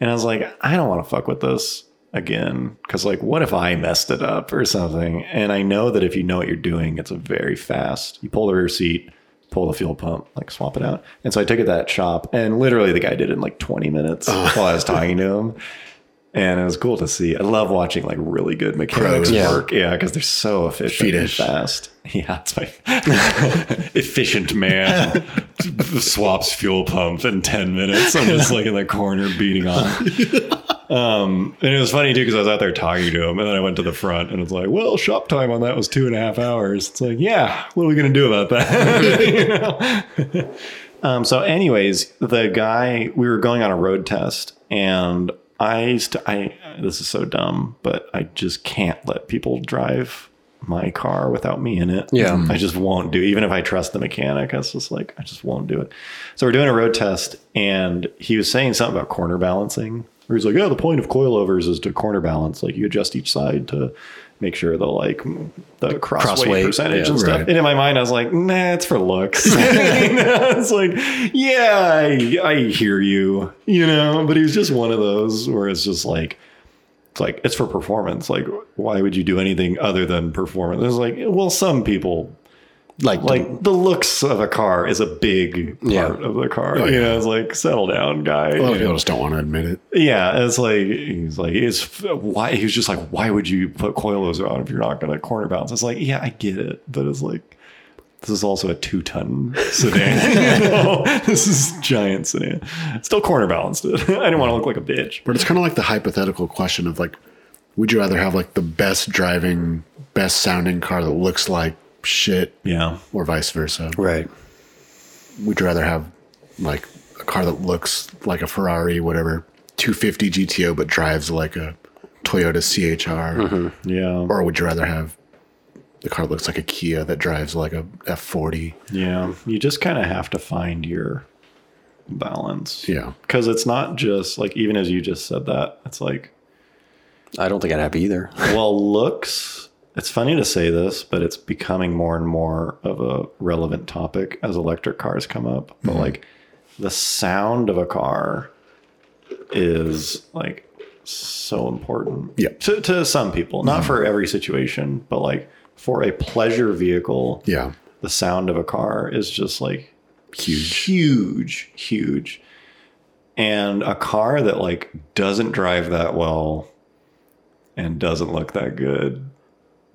Speaker 2: And I was like, I don't want to fuck with this again because like, what if I messed it up or something? And I know that if you know what you're doing, it's a very fast. You pull the rear seat, pull the fuel pump, like swap it out. And so I took it to that shop, and literally the guy did it in like 20 minutes while I was talking to him. And it was cool to see. I love watching like really good mechanics
Speaker 3: Pros. Yeah.
Speaker 2: work. Yeah, because they're so efficient
Speaker 3: Fetish.
Speaker 2: and fast. Yeah, it's my efficient man swaps fuel pump in 10 minutes. I'm just like in the corner beating on. Um, and it was funny too because I was out there talking to him, and then I went to the front, and it's like, well, shop time on that was two and a half hours. It's like, yeah, what are we gonna do about that? You know? um, so, anyways, the guy we were going on a road test, and I, st- I this is so dumb, but I just can't let people drive my car without me in it.
Speaker 4: Yeah.
Speaker 2: I just won't do. Even if I trust the mechanic, I was just like, I just won't do it. So we're doing a road test, and he was saying something about corner balancing. Where he's like, "Oh, the point of coilovers is to corner balance. Like you adjust each side to make sure the like the cross, weight,
Speaker 4: weight,
Speaker 2: percentage
Speaker 4: yeah,
Speaker 2: and stuff."
Speaker 3: right.
Speaker 2: And in my mind, I was like, "Nah, it's for looks." You know, it's like, yeah, I, I hear you, you know. But he was just one of those where it's just like. It's like it's for performance. Like, why would you do anything other than performance? It's like, well, some people
Speaker 4: Like,
Speaker 2: like the looks of a car is a big part
Speaker 4: Yeah.
Speaker 2: of the car.
Speaker 3: Oh,
Speaker 2: You
Speaker 3: yeah. Oh,
Speaker 2: know, it's like settle down, guy.
Speaker 3: A lot of people just don't want to admit it.
Speaker 2: yeah, it's like he's like it's why he was just like why would you put coilovers on if you're not going to corner bounce? It's like yeah, I get it, but it's like this is also a two ton sedan. You know? this is giant sedan. Still corner balanced it. I didn't want to look like a bitch.
Speaker 3: But it's kind of like the hypothetical question of like, would you rather have like the best driving, best sounding car that looks like shit,
Speaker 2: Yeah,
Speaker 3: or vice versa?
Speaker 4: right.
Speaker 3: Would you rather have like a car that looks like a Ferrari, whatever, 250 GTO, but drives like a Toyota CHR?
Speaker 2: Mm-hmm. yeah,
Speaker 3: Or would you rather have the car that looks like a Kia that drives like a F40?
Speaker 2: yeah. You just kind of have to find your balance.
Speaker 3: Yeah.
Speaker 2: because it's not just like even as you just said that it's like
Speaker 4: I don't think I'd have either.
Speaker 2: well looks it's funny to say this but it's becoming more and more of a relevant topic as electric cars come up but like the sound of a car is like so important
Speaker 3: Yeah.
Speaker 2: to, to some people not for every situation but like for a pleasure vehicle
Speaker 3: Yeah.
Speaker 2: the sound of a car is just like
Speaker 3: Huge.
Speaker 2: huge, huge. And a car that like doesn't drive that well and doesn't look that good,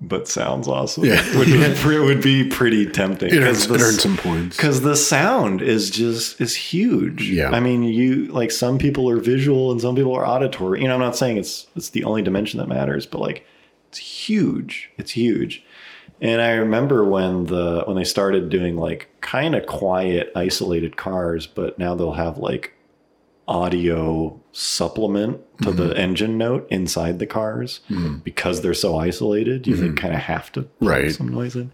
Speaker 2: but sounds awesome.
Speaker 3: Yeah.
Speaker 2: would be, pre- would be pretty tempting.
Speaker 3: It earns, it
Speaker 2: the-
Speaker 3: earns some points.
Speaker 2: because the sound is just is huge.
Speaker 3: Yeah.
Speaker 2: I mean, you like some people are visual and some people are auditory. You know, I'm not saying it's it's the only dimension that matters, but like it's huge. It's huge. And I remember when the when they started doing like kind of quiet, isolated cars, but now they'll have like audio supplement to
Speaker 3: Mm-hmm.
Speaker 2: the engine note inside the cars because they're so isolated. You kind of have to put
Speaker 3: Mm-hmm. Right.
Speaker 2: some noise in.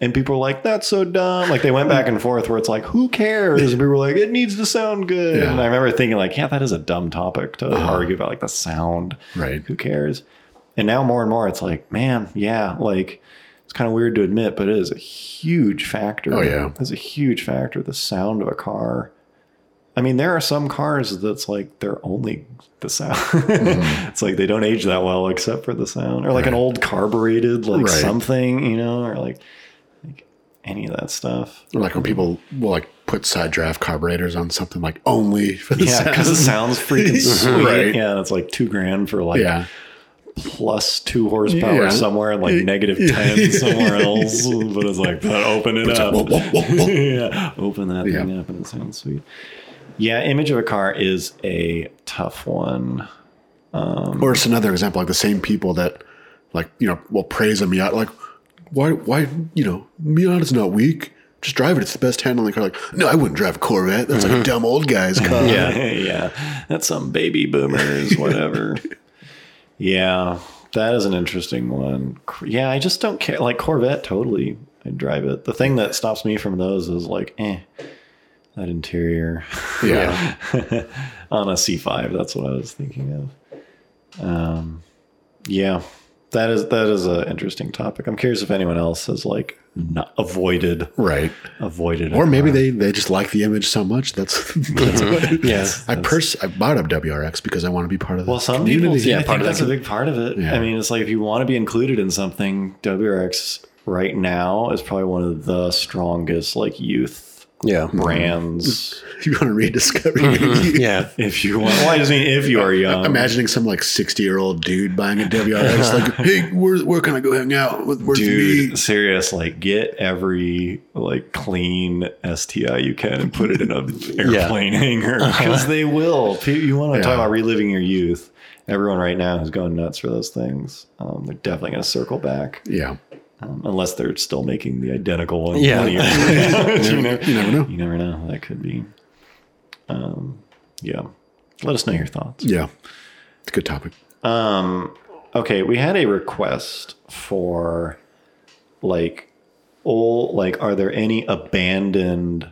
Speaker 2: And people were like, "That's so dumb!" Like they went back and forth, where it's like, "Who cares?" And people were like, "It needs to sound good."
Speaker 3: Yeah.
Speaker 2: And I remember thinking, like, "Yeah, that is a dumb topic to argue about, like the sound.
Speaker 3: Right.
Speaker 2: Who cares?" And now more and more, it's like, man, yeah, like it's kind of weird to admit, but it is a huge factor.
Speaker 3: Oh, yeah.
Speaker 2: it's a huge factor. The sound of a car. I mean, there are some cars that's like they're only the sound.
Speaker 3: Mm-hmm.
Speaker 2: it's like they don't age that well except for the sound, or like an old carbureted like
Speaker 3: Right.
Speaker 2: something, you know, or like like any of that stuff.
Speaker 3: Or like when people will like put side draft carburetors on something like only for the
Speaker 2: Yeah, because
Speaker 3: sound.
Speaker 2: it sounds freaking sweet.
Speaker 3: Right.
Speaker 2: Yeah, and it's like two grand for like
Speaker 3: yeah.
Speaker 2: plus two horsepower
Speaker 3: Yeah.
Speaker 2: somewhere and like negative ten somewhere else. But it's like, but open it up.
Speaker 3: Whoa, whoa, whoa, whoa.
Speaker 2: yeah, open that
Speaker 3: Yeah.
Speaker 2: thing up and it sounds sweet. Yeah, image of a car is a tough one.
Speaker 3: Or it's another example, like the same people that like, you know, will praise a Miata, like, why, why, you know, Miata's not weak. Just drive it. It's the best handling car. Like, no, I wouldn't drive a Corvette. That's like a dumb old guy's car.
Speaker 2: yeah, yeah. That's some baby boomers, whatever. yeah, that is an interesting one. Cor- Yeah, I just don't care. Like Corvette, totally. I drive it. The thing that stops me from those is like, eh, that interior
Speaker 3: Yeah.
Speaker 2: on a C5. That's what I was thinking of. Um, yeah, that is that is an interesting topic. I'm curious if anyone else has like not avoided
Speaker 3: Right.
Speaker 2: avoided, a
Speaker 3: Or maybe
Speaker 2: car.
Speaker 3: they, they just like the image so much. That's, that's what it is.
Speaker 4: Yeah.
Speaker 3: I pers- I bought a WRX because I want to be part of the
Speaker 2: Well, some people
Speaker 3: community.
Speaker 2: do.
Speaker 4: Yeah,
Speaker 2: I
Speaker 4: part
Speaker 2: think
Speaker 4: of
Speaker 2: that's a
Speaker 4: that.
Speaker 2: big part of it.
Speaker 3: Yeah.
Speaker 2: I mean, it's like if you want to be included in something, WRX right now is probably one of the strongest like youth
Speaker 4: Yeah.
Speaker 2: brands.
Speaker 3: You want to rediscover you.
Speaker 4: Yeah.
Speaker 2: If you want, well, I just mean if you are young.
Speaker 3: Imagining some like 60 year old dude buying a WRX, like, hey, where, where can I go hang out? Where- Where's
Speaker 2: Dude,
Speaker 3: me?
Speaker 2: serious, like get every like clean STI you can and put it in an airplane hangar because they will. Pe- You want to talk
Speaker 3: Yeah.
Speaker 2: about reliving your youth? Everyone right now who's going nuts for those things, um, they're definitely going to circle back
Speaker 3: Yeah.
Speaker 2: um, unless they're still making the identical one.
Speaker 4: Yeah.
Speaker 2: 20 years
Speaker 3: You
Speaker 2: from now.
Speaker 3: never, you never know.
Speaker 2: you never know. That could be. Um, yeah. Let us know your thoughts.
Speaker 3: Yeah. It's a good topic.
Speaker 2: Okay, we had a request for like all like are there any abandoned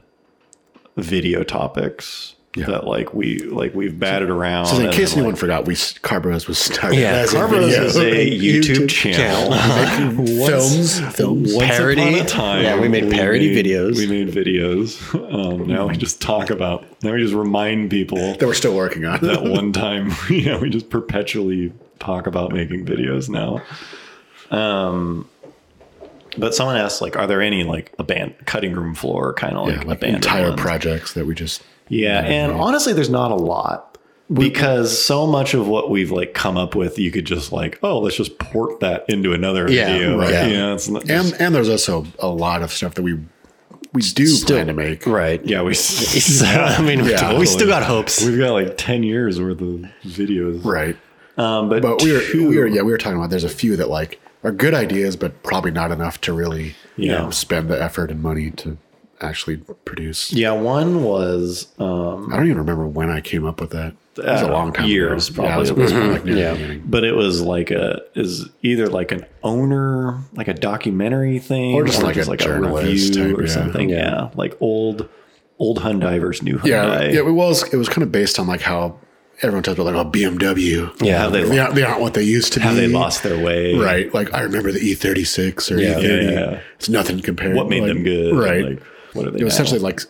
Speaker 2: video topics
Speaker 3: Yeah.
Speaker 2: that like we like we've batted around?
Speaker 3: So, in
Speaker 2: and
Speaker 3: case
Speaker 2: then,
Speaker 3: anyone
Speaker 2: like,
Speaker 3: forgot, we s- Carbros was started.
Speaker 4: Yeah,
Speaker 3: as
Speaker 2: Carbros
Speaker 3: video-
Speaker 2: is a YouTube,
Speaker 3: YouTube
Speaker 2: channel.
Speaker 3: films, films.
Speaker 2: Once
Speaker 4: Parody.
Speaker 2: upon a time,
Speaker 4: Yeah, we made parody videos.
Speaker 2: We made videos. Um, now we just talk about. Now we just remind people
Speaker 3: that we're still working on.
Speaker 2: that one time. You know, we just perpetually talk about making videos now. Um, but someone asked, like, are there any like aban- cutting room floor kind of like,
Speaker 3: yeah, like
Speaker 2: abandoned
Speaker 3: entire
Speaker 2: ones?
Speaker 3: projects that we just
Speaker 2: Yeah, and honestly, there's not a lot because so much of what we've like come up with, you could just like, oh, let's just port that into another
Speaker 4: Yeah,
Speaker 2: video.
Speaker 3: right.
Speaker 2: Yeah, you know, it's not
Speaker 3: and
Speaker 2: just-
Speaker 3: and there's also a lot of stuff that we we do
Speaker 4: Still-
Speaker 3: plan to make.
Speaker 4: Right.
Speaker 2: yeah, we.
Speaker 4: So, I mean, we-
Speaker 3: Yeah.
Speaker 4: we still got hopes.
Speaker 2: We've got like ten years worth of videos,
Speaker 3: Right.
Speaker 2: Um, but,
Speaker 3: But we were
Speaker 2: two-
Speaker 3: we were yeah we were talking about there's a few that like are good ideas but probably not enough to really you
Speaker 2: Yeah.
Speaker 3: know spend the effort and money to actually produce.
Speaker 2: yeah, one was
Speaker 3: I don't even remember when I came up with that. It was
Speaker 2: I
Speaker 3: a
Speaker 2: don't
Speaker 3: long
Speaker 2: know,
Speaker 3: time
Speaker 2: Uh, years,
Speaker 3: ago. Yeah, it was- it
Speaker 2: probably.
Speaker 3: was like near the
Speaker 4: Mm-hmm. Yeah.
Speaker 3: beginning.
Speaker 2: but it was like a is either like an owner like a documentary thing
Speaker 3: Or just like a journalist
Speaker 2: review
Speaker 3: type,
Speaker 2: or
Speaker 3: yeah.
Speaker 2: something yeah. like old old Hyundai versus new
Speaker 3: Yeah,
Speaker 2: Hyundai
Speaker 3: yeah, it was. It was kind of based on like how everyone talks about like oh BMW.
Speaker 4: Yeah.
Speaker 2: how they
Speaker 3: they aren't, they aren't what they used to
Speaker 2: how
Speaker 3: be.
Speaker 2: they lost their way
Speaker 3: Right, like I remember the E36 or
Speaker 4: Yeah.
Speaker 3: E30.
Speaker 2: Yeah, yeah.
Speaker 3: It's nothing compared.
Speaker 2: what made
Speaker 3: like-
Speaker 2: them good
Speaker 3: Right.
Speaker 2: like, what are they
Speaker 3: it was
Speaker 2: now?
Speaker 3: essentially like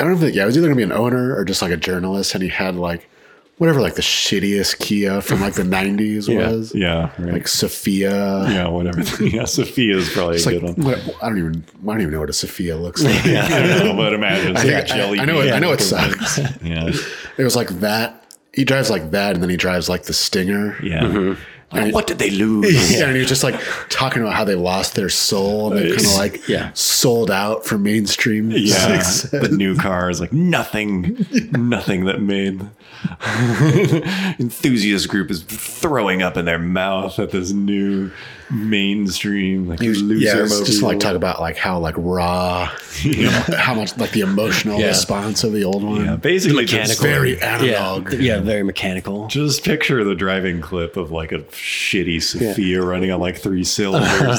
Speaker 3: I don't know if it, yeah, it was either gonna be an owner or just like a journalist, and he had like whatever like the shittiest Kia from like the 90s was.
Speaker 2: yeah right.
Speaker 3: Like Sophia.
Speaker 2: yeah whatever yeah Sophia is probably
Speaker 3: It's
Speaker 2: a
Speaker 3: like
Speaker 2: good one
Speaker 3: what, I don't even I don't even know what a Sophia looks like.
Speaker 2: yeah I don't know but imagine it's
Speaker 3: I,
Speaker 2: like a
Speaker 3: think- I,
Speaker 2: jelly
Speaker 3: I know it,
Speaker 2: bean.
Speaker 3: I know it sucks.
Speaker 2: yeah
Speaker 3: It was like that. He drives like that, and then he drives like the Stinger.
Speaker 2: yeah
Speaker 3: And-
Speaker 4: What did they lose?
Speaker 3: Mm-hmm. Yeah, and he was just like talking about how they lost their soul and they kind of like
Speaker 4: Yeah.
Speaker 3: sold out for mainstream.
Speaker 2: Yeah,
Speaker 3: success.
Speaker 2: the new car is like nothing, nothing that made enthusiast group is throwing up in their mouth at this new mainstream like
Speaker 3: He was-
Speaker 2: loser
Speaker 3: yeah, it's just like
Speaker 2: mobile.
Speaker 3: talk about like how like raw, you know, how much like the emotional
Speaker 4: Yeah.
Speaker 3: response of the old one.
Speaker 2: yeah, basically
Speaker 3: It's
Speaker 2: just,
Speaker 4: mechanical.
Speaker 3: very
Speaker 4: Yeah.
Speaker 3: analog.
Speaker 4: Yeah. Very mechanical.
Speaker 2: just picture the driving clip of like a shitty Sophia running on like three cylinders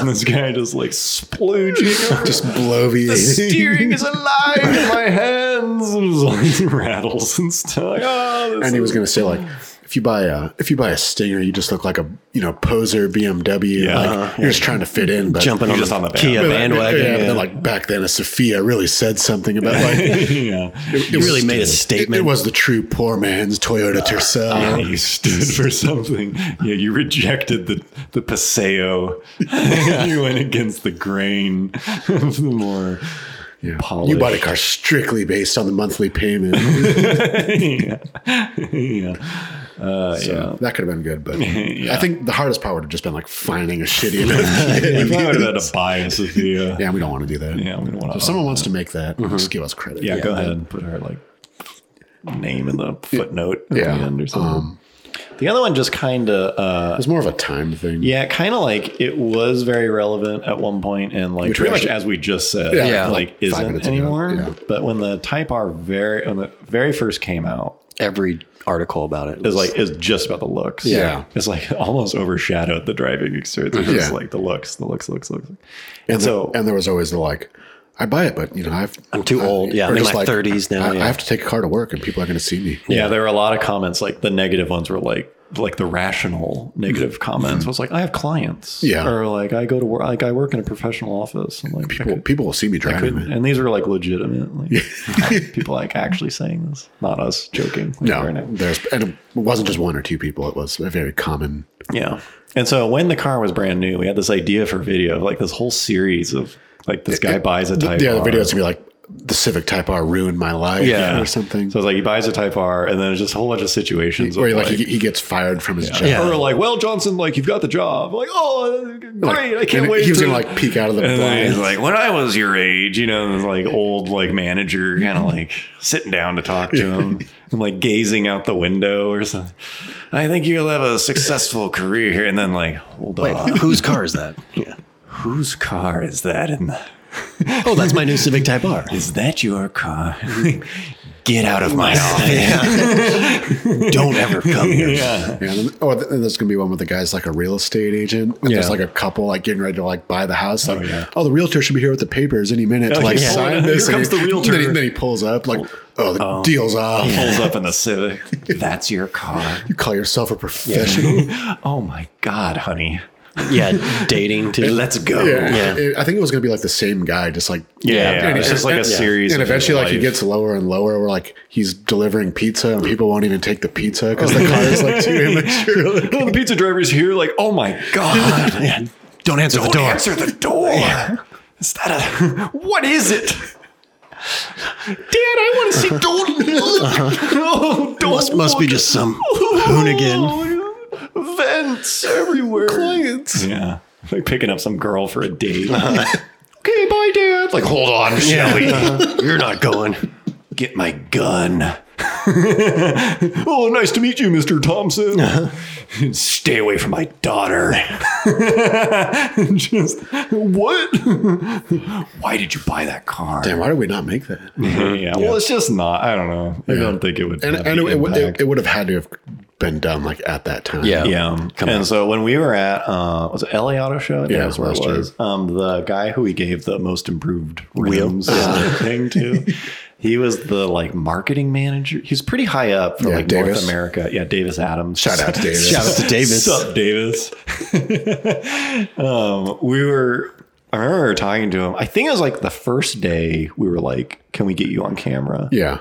Speaker 2: and this guy just like splooging. over
Speaker 3: Just bloviating.
Speaker 2: Steering is alive in my hands. It was like rattles and stuff. Like, oh, this
Speaker 3: And he
Speaker 2: is-
Speaker 3: was gonna say like, if you buy a if you buy a Stinger, you just look like a you know poser BMW.
Speaker 2: Yeah.
Speaker 3: Like, you're just trying to fit in, but
Speaker 4: Jumping
Speaker 2: You're
Speaker 4: on,
Speaker 2: just
Speaker 4: Uh-huh. the
Speaker 2: on the
Speaker 4: Kia
Speaker 3: But, like,
Speaker 4: bandwagon.
Speaker 3: Yeah, but
Speaker 4: yeah.
Speaker 3: then like back then, a Sophia really said something about like it,
Speaker 2: yeah.
Speaker 3: it was-
Speaker 4: really made a
Speaker 3: it-
Speaker 4: statement. Uh-huh.
Speaker 3: It, was the true poor man's Toyota Tercel.
Speaker 2: you stood for something. Yeah, you rejected the the paseo. you went against the grain of the more.
Speaker 3: Yeah. You
Speaker 2: polished.
Speaker 3: bought a car strictly based on the monthly payment.
Speaker 2: yeah. yeah. Uh, yeah.
Speaker 3: So that could have been good, but
Speaker 2: Yeah.
Speaker 3: I think the hardest part would have just been like finding a shitty. amount
Speaker 2: We
Speaker 3: of
Speaker 2: probably would
Speaker 3: kids.
Speaker 2: have had a bias if you. uh,
Speaker 3: yeah, we don't want to do that.
Speaker 2: Yeah, we don't want to.
Speaker 3: If someone wants to make that, just give us credit.
Speaker 2: yeah, go ahead and put her like name in the footnote at
Speaker 3: Yeah. Um,
Speaker 2: the end or something. the other one just kind of. Uh,
Speaker 3: It was more of a time thing.
Speaker 2: Yeah, kind of like it was very relevant at one point, and like
Speaker 3: Which
Speaker 2: pretty
Speaker 3: we
Speaker 2: much
Speaker 3: actually-
Speaker 2: as we just said,
Speaker 3: Yeah,
Speaker 4: Yeah.
Speaker 2: like
Speaker 3: like five
Speaker 2: isn't
Speaker 3: minutes ago,
Speaker 2: anymore.
Speaker 3: yeah.
Speaker 2: But when the Type R very when the very first came out,
Speaker 4: Every article about it
Speaker 2: is like is just about the looks.
Speaker 3: Yeah.
Speaker 2: it's like almost overshadowed the driving experience. It's just
Speaker 3: Yeah.
Speaker 2: like the looks, the looks, looks, looks.
Speaker 3: And
Speaker 2: So-
Speaker 3: so, and there was always the like, I buy it, but you know, I've,
Speaker 4: I'm too old. Yeah, I'm
Speaker 3: or
Speaker 4: in
Speaker 3: just
Speaker 4: my 30s now,
Speaker 3: I,
Speaker 4: yeah.
Speaker 3: I have to take a car to work, and people are going to see me.
Speaker 2: Yeah. there were a lot of comments. Like the negative ones were like like the rational negative comments was like I have clients.
Speaker 3: Mm-hmm. Yeah.
Speaker 2: or like I go to work, like I work in a professional office. And like I
Speaker 3: Well,
Speaker 2: could-
Speaker 3: people will see me driving. it.
Speaker 2: and these were like legitimate like, people like actually saying this not us joking like, right
Speaker 3: No,
Speaker 2: now.
Speaker 3: there's and it wasn't just one or two people. It was a very common.
Speaker 2: yeah and so when the car was brand new we had this idea for video of like this whole series of like this guy buys a type
Speaker 3: yeah, the
Speaker 2: R.
Speaker 3: videos would be like the Civic Type R ruined my life
Speaker 2: Yeah.
Speaker 3: or something.
Speaker 2: So it's like he buys a Type R, and then there's just a whole bunch of situations.
Speaker 3: or
Speaker 2: of,
Speaker 3: he, like, he, he gets fired from his job.
Speaker 4: Yeah.
Speaker 2: Or like, well, Johnson, like you've got the job. Like, oh, great! I can't
Speaker 3: and
Speaker 2: wait.
Speaker 3: He was
Speaker 2: to-
Speaker 3: gonna like peek out of the
Speaker 2: And then
Speaker 3: blind.
Speaker 2: he's like, when I was your age, you know, this like old like manager kind of like sitting down to talk to him and like gazing out the window or something. I think you'll have a successful career here. And then like, hold on,
Speaker 4: Whose car is that? Yeah.
Speaker 2: whose car is that? In the,
Speaker 4: Oh, that's my new Civic Type R.
Speaker 2: is that your car? Get out of my office.
Speaker 4: Don't ever come here.
Speaker 3: Yeah, and, oh, th- and there's gonna be one with the guy's like a real estate agent. And There's
Speaker 2: Yeah.
Speaker 3: like a couple like getting ready to like buy the house. Like, oh, the realtor should be here with the papers any minute to
Speaker 2: Oh,
Speaker 3: like
Speaker 2: yeah.
Speaker 3: sign
Speaker 2: Here
Speaker 3: this.
Speaker 2: comes
Speaker 3: and he,
Speaker 2: the realtor.
Speaker 3: Then he, then he pulls up like, oh, the deal's off.
Speaker 2: Pulls up in the Civic. That's your car.
Speaker 3: You call yourself a professional? Yeah,
Speaker 2: Oh my God, honey.
Speaker 4: Yeah, dating too.
Speaker 2: Let's go.
Speaker 4: Yeah.
Speaker 3: It- I think it was gonna be like the same guy, just like
Speaker 2: Yeah, it's just like a series
Speaker 3: And
Speaker 2: of
Speaker 3: eventually,
Speaker 2: his
Speaker 3: like he
Speaker 2: life.
Speaker 3: gets lower and lower, where like he's delivering pizza, and people won't even take the pizza because the car is like too immature.
Speaker 2: Oh, the pizza driver's here. Like, oh my god!
Speaker 4: Don't answer
Speaker 2: Don't
Speaker 4: the door.
Speaker 2: answer the door. Is that a what is it? Dad, I want to see Dalton. oh, don't
Speaker 4: Uh-huh. Must, must be
Speaker 2: look.
Speaker 4: just some
Speaker 2: Oh,
Speaker 4: hoonigan.
Speaker 2: Vents everywhere. Clients. Yeah, like picking up some girl for a date.
Speaker 4: Uh-huh.
Speaker 2: okay, bye, Dad. Uh-huh. Like, hold on, Shelly.
Speaker 4: You're not going.
Speaker 2: Get my gun. oh, nice to meet you, Mr. Thompson.
Speaker 4: Uh-huh.
Speaker 2: Stay away from my daughter. Just what? Why did you buy that car?
Speaker 3: Damn, why did we not make that?
Speaker 2: Yeah, well, it's just not. I don't know. I don't think it would.
Speaker 3: And,
Speaker 2: have
Speaker 3: and
Speaker 2: the
Speaker 3: it, it, would-
Speaker 2: impact.
Speaker 3: it would have had to have been done like at that time.
Speaker 4: Yeah.
Speaker 2: yeah. and so when we were at uh, was it LA Auto Show? I think
Speaker 3: Yeah,
Speaker 2: that's where it
Speaker 3: last year.
Speaker 2: was. Um, the guy who we gave the most improved rims and thing to, he was the like marketing manager. He's pretty high up for
Speaker 3: Yeah,
Speaker 2: like
Speaker 3: Davis.
Speaker 2: North America. Yeah, Davis Adams.
Speaker 3: Shout out to Davis.
Speaker 4: Shout out to Davis.
Speaker 2: Sup, Davis. um, we were. I remember talking to him. I think it was like the first day we were like, "Can we get you on camera?"
Speaker 3: Yeah.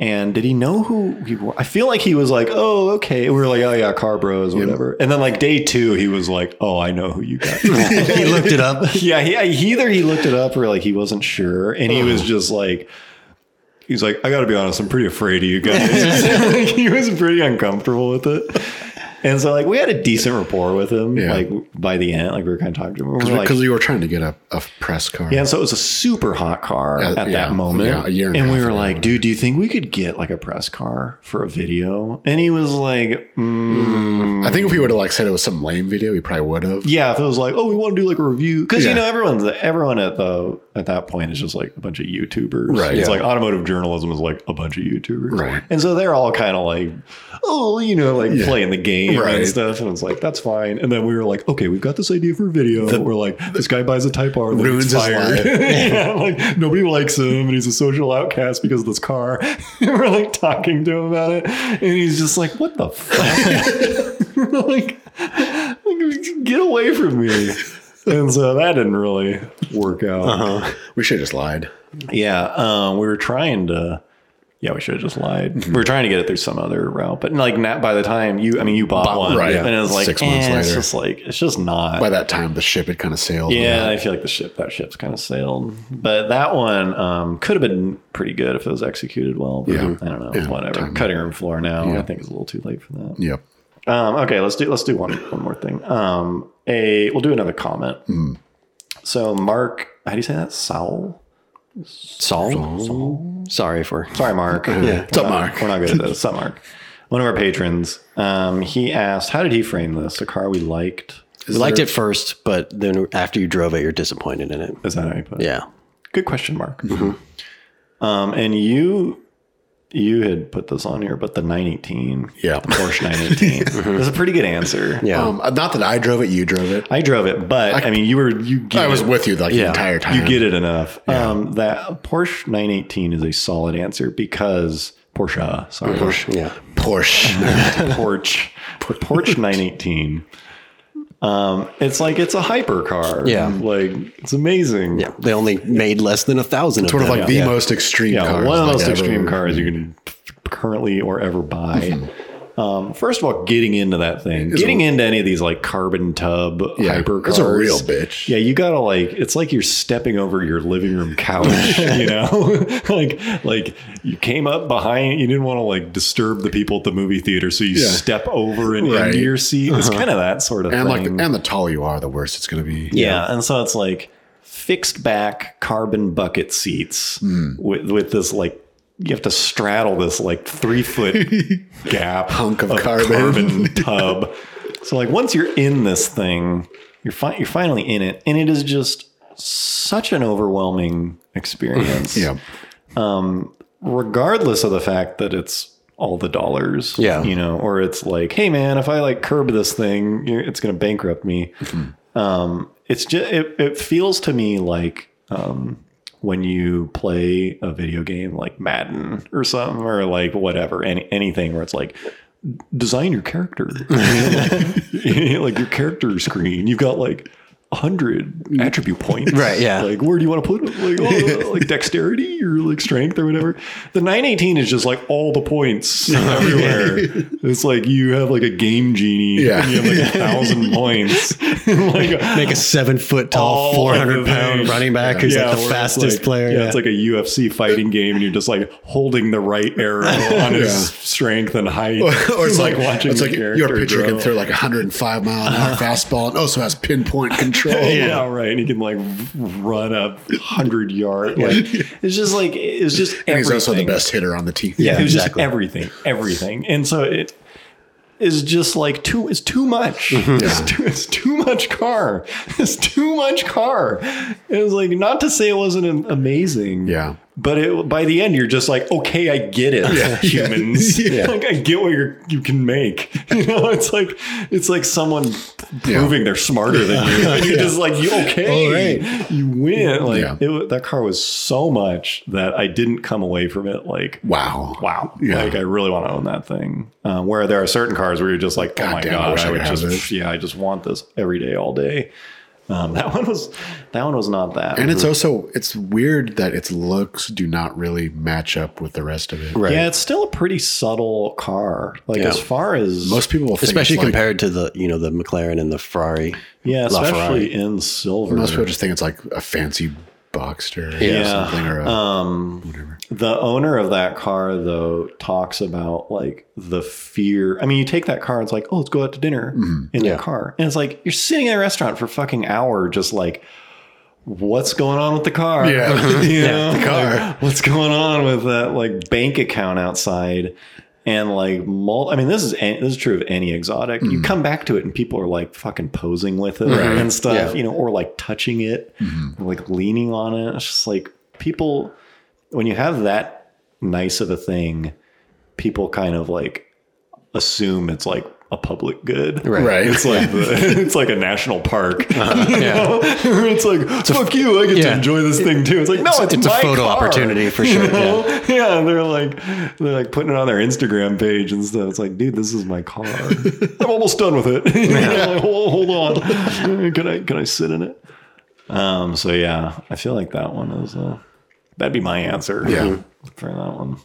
Speaker 2: And did he know who he was? I feel like he was like, oh, okay. We were like, oh, yeah, car bros, whatever. And then, like, day two, he was like, oh, I know who you guys are.
Speaker 4: he looked it up.
Speaker 2: yeah, he, he- either he looked it up or, like, he wasn't sure. And he was just like, he's like, I got to be honest, I'm pretty afraid of you guys. Like, he was pretty uncomfortable with it. And so, like, we had a decent rapport with him,
Speaker 3: Yeah.
Speaker 2: like, by the end. Like, we were kind of talking to him. We were like,
Speaker 3: Because we were trying to get a, a press car.
Speaker 2: yeah, and so it was a super hot car
Speaker 3: Yeah,
Speaker 2: at
Speaker 3: yeah,
Speaker 2: that moment.
Speaker 3: yeah, a year and a
Speaker 2: and we
Speaker 3: half
Speaker 2: were
Speaker 3: ago.
Speaker 2: like, dude, do you think we could get like a press car for a video? And he was like, mm,
Speaker 3: I think if we would have like said it was some lame video, we probably would have.
Speaker 2: yeah, if it was like, oh, we want to do like a review. Cause
Speaker 3: Yeah.
Speaker 2: you know, everyone's everyone at the at that point is just like a bunch of YouTubers.
Speaker 3: Right,
Speaker 2: It's
Speaker 3: yeah.
Speaker 2: like automotive journalism is like a bunch of YouTubers.
Speaker 3: Right.
Speaker 2: And so they're all kind of like, oh, you know, like
Speaker 3: Yeah.
Speaker 2: playing the game
Speaker 3: Right.
Speaker 2: and stuff. And it's like, that's fine. And then we were like, okay, we've got this idea for a video. we're like, this guy buys a type R, then
Speaker 3: Ruins
Speaker 2: gets
Speaker 3: his
Speaker 2: fired.
Speaker 3: life.
Speaker 2: yeah, like nobody likes him and he's a social outcast because of this car. and we're like talking to him about it. And he's just like, what the fuck? like, like, get away from me. And so that didn't really work out.
Speaker 3: We should have just lied.
Speaker 2: Yeah. Um, we were trying to, yeah, we should have just lied. We were trying to get it through some other route, but like not by the time you, I mean, you bought, one
Speaker 3: right, yeah.
Speaker 2: and it was like,
Speaker 3: Six months
Speaker 2: eh, it's
Speaker 3: later.
Speaker 2: just like, it's just not.
Speaker 3: By that time, the ship had kind of sailed.
Speaker 2: Yeah, I feel like the ship that ship's kind of sailed, but that one um, could have been pretty good if it was executed well. But
Speaker 3: Yeah.
Speaker 2: I don't know,
Speaker 3: Yeah,
Speaker 2: whatever.
Speaker 3: timing.
Speaker 2: Cutting room floor now. I think it's a little too late for that.
Speaker 3: Yep.
Speaker 2: Um, okay, let's do let's do one one more thing. Um, a we'll do another comment.
Speaker 3: Mm.
Speaker 2: So Mark, how do you say that? Sowell.
Speaker 4: Saul? Sorry for.
Speaker 2: Sorry, Mark. yeah.
Speaker 3: Uh, What's up, Mark?
Speaker 2: We're not good at this. What's up, Mark? One of our patrons. Um, he asked, "How did he frame this? A car we liked."
Speaker 4: We liked it first, but then after you drove it, you're disappointed in it.
Speaker 2: Is that how you put it?
Speaker 4: Yeah.
Speaker 2: Good question, Mark. Mm-hmm. Um, and you you had put this on here, but the 918,
Speaker 3: Yeah.
Speaker 2: the Porsche 918, that's a pretty good answer.
Speaker 4: Yeah.
Speaker 3: Um, not that I drove it, you drove it.
Speaker 2: I drove it, but I, mean, you were you. Get
Speaker 3: I was
Speaker 2: it.
Speaker 3: with you like the entire time.
Speaker 2: You get it enough. Um, that Porsche 918 is a solid answer because Porsche, sorry, Porsche,
Speaker 4: yeah.
Speaker 3: Porsche.
Speaker 2: Porsche, Porsche 918. Um, it's like it's a hypercar.
Speaker 4: Yeah.
Speaker 2: like it's amazing.
Speaker 4: Yeah. They only made less than a thousand
Speaker 3: Sort of
Speaker 4: them.
Speaker 3: like the
Speaker 4: Yeah.
Speaker 3: most extreme
Speaker 2: Yeah,
Speaker 3: car.
Speaker 2: one of the most extreme cars you can currently or ever buy. Um, first of all, getting into that thing,
Speaker 3: Mm-hmm. It's
Speaker 2: getting
Speaker 3: a-
Speaker 2: into any of these like carbon tub
Speaker 3: Yeah,
Speaker 2: hyper
Speaker 3: it's
Speaker 2: cars,
Speaker 3: a real bitch.
Speaker 2: Yeah, you gotta like it's like you're stepping over your living room couch, you know, like like you came up behind, you didn't want to like disturb the people at the movie theater, so you
Speaker 3: Yeah.
Speaker 2: step over and
Speaker 3: Right. Uh-huh.
Speaker 2: into your seat. It's kind of that sort of
Speaker 3: And like,
Speaker 2: thing.
Speaker 3: and the taller you are, the worse it's going to be.
Speaker 2: Yeah, and so it's like fixed back carbon bucket seats
Speaker 3: Hmm.
Speaker 2: with with this like you have to straddle this like three foot gap
Speaker 3: Hunk of carbon.
Speaker 2: carbon tub. So like once you're in this thing, you're fi- you're finally in it, and it is just such an overwhelming experience.
Speaker 3: Yeah.
Speaker 2: regardless of the fact that it's all the dollars.
Speaker 4: Yeah.
Speaker 2: You know, or it's like, hey man, if I like curb this thing, you're- it's going to bankrupt me.
Speaker 4: Mm-hmm.
Speaker 2: Um, it's just it, it feels to me like um, when you play a video game like Madden or something or like whatever, any anything where it's like design your character, like your character screen. You've got like. 100 attribute points
Speaker 4: Right, yeah.
Speaker 2: like where do you want to put it? Like, oh, like dexterity or like strength or whatever. The 918 is just like all the points everywhere. it's like you have like a game genie.
Speaker 3: Yeah.
Speaker 2: And you have like a thousand points. like
Speaker 4: Make a seven foot
Speaker 2: all
Speaker 4: tall,
Speaker 2: of
Speaker 4: four hundred
Speaker 2: the
Speaker 4: pound
Speaker 2: things.
Speaker 4: running back who's
Speaker 2: Yeah,
Speaker 4: like
Speaker 2: where
Speaker 4: the
Speaker 2: it's
Speaker 4: fastest
Speaker 2: like-
Speaker 4: player.
Speaker 2: Yeah, it's like a UFC fighting game, and you're just like holding the right arrow on his
Speaker 3: Yeah.
Speaker 2: strength and height.
Speaker 3: or it's like, watching it's
Speaker 2: your
Speaker 3: like your pitcher
Speaker 2: grow.
Speaker 3: can throw like 105 mile an hour fastball and also has pinpoint control.
Speaker 2: yeah, right. And he can like run up hundred yard. Like it's just like it's just everything.
Speaker 3: And he's also the best hitter on the team.
Speaker 2: Yeah, it was
Speaker 4: exactly.
Speaker 2: just everything, everything, and so it is just like too. It's too much. It's, too, it's too much car. It's too much car. It was like not to say it wasn't am- amazing.
Speaker 3: Yeah.
Speaker 2: But it, by the end, you're just like, okay, I get it, humans. Like I get what you you can make. You know, it's like it's like someone proving they're smarter than you. And you're just like, you okay? You win. Like
Speaker 3: Yeah.
Speaker 2: it, wa- that car was so much that I didn't come away from it like
Speaker 3: Wow.
Speaker 2: wow,
Speaker 3: Yeah.
Speaker 2: like I really want to own that thing. Um, where there are certain cars where you're just like, oh my
Speaker 3: Goddamn, I
Speaker 2: gosh,
Speaker 3: wish
Speaker 2: I
Speaker 3: I
Speaker 2: would
Speaker 3: could have
Speaker 2: just,
Speaker 3: this.
Speaker 2: yeah, I just want this every day, all day. Um, that one was, that one was not that.
Speaker 3: And it's also it's weird that its looks do not really match up with the rest of it.
Speaker 4: Right.
Speaker 2: yeah, it's still a pretty subtle car. Like
Speaker 4: Yeah.
Speaker 2: as far as
Speaker 3: Most people will think
Speaker 4: Especially
Speaker 3: it's like-
Speaker 4: compared to the you know the McLaren and the Ferrari.
Speaker 2: yeah,
Speaker 4: LaFerrari.
Speaker 2: especially in silver.
Speaker 3: most people just think it's like a fancy Boxster or
Speaker 4: Yeah.
Speaker 3: something or a,
Speaker 2: um,
Speaker 3: whatever.
Speaker 2: The owner of that car, though, talks about like the fear. I mean, you take that car, it's like, oh, let's go out to dinner
Speaker 3: Mm-hmm.
Speaker 2: in
Speaker 4: Yeah.
Speaker 2: the car. And it's like, you're sitting in a restaurant for a fucking hour, just like, what's going on with the car?
Speaker 3: Yeah.
Speaker 2: You know?
Speaker 3: the car.
Speaker 2: Like, what's going on with that like bank account outside? And like, mul- I mean, this is an- this is true of any exotic.
Speaker 3: Mm.
Speaker 2: You come back to it, and people are like fucking posing with it and stuff,
Speaker 4: Yeah.
Speaker 2: you know, or like touching it,
Speaker 3: Mm-hmm.
Speaker 2: like leaning on it. It's just like people when you have that nice of a thing, people kind of like assume it's like a public good.
Speaker 3: Right. Uh-huh.
Speaker 2: It's like the, it's like a national park.
Speaker 4: Yeah.
Speaker 2: it's like fuck you, I get to
Speaker 4: yeah.
Speaker 2: enjoy this thing too. It's like no, it's,
Speaker 4: it's a
Speaker 2: my
Speaker 4: photo
Speaker 2: car,
Speaker 4: opportunity for
Speaker 2: you
Speaker 4: sure,
Speaker 2: know? Yeah. they're like they're like putting it on their Instagram page and stuff. It's like, dude, this is my car. I'm almost done with it. You know, like, "Whoa, hold on, can I can I sit in it? Um. So yeah, I feel like that one is. Uh, that'd be my answer.
Speaker 3: Yeah.
Speaker 2: For that one.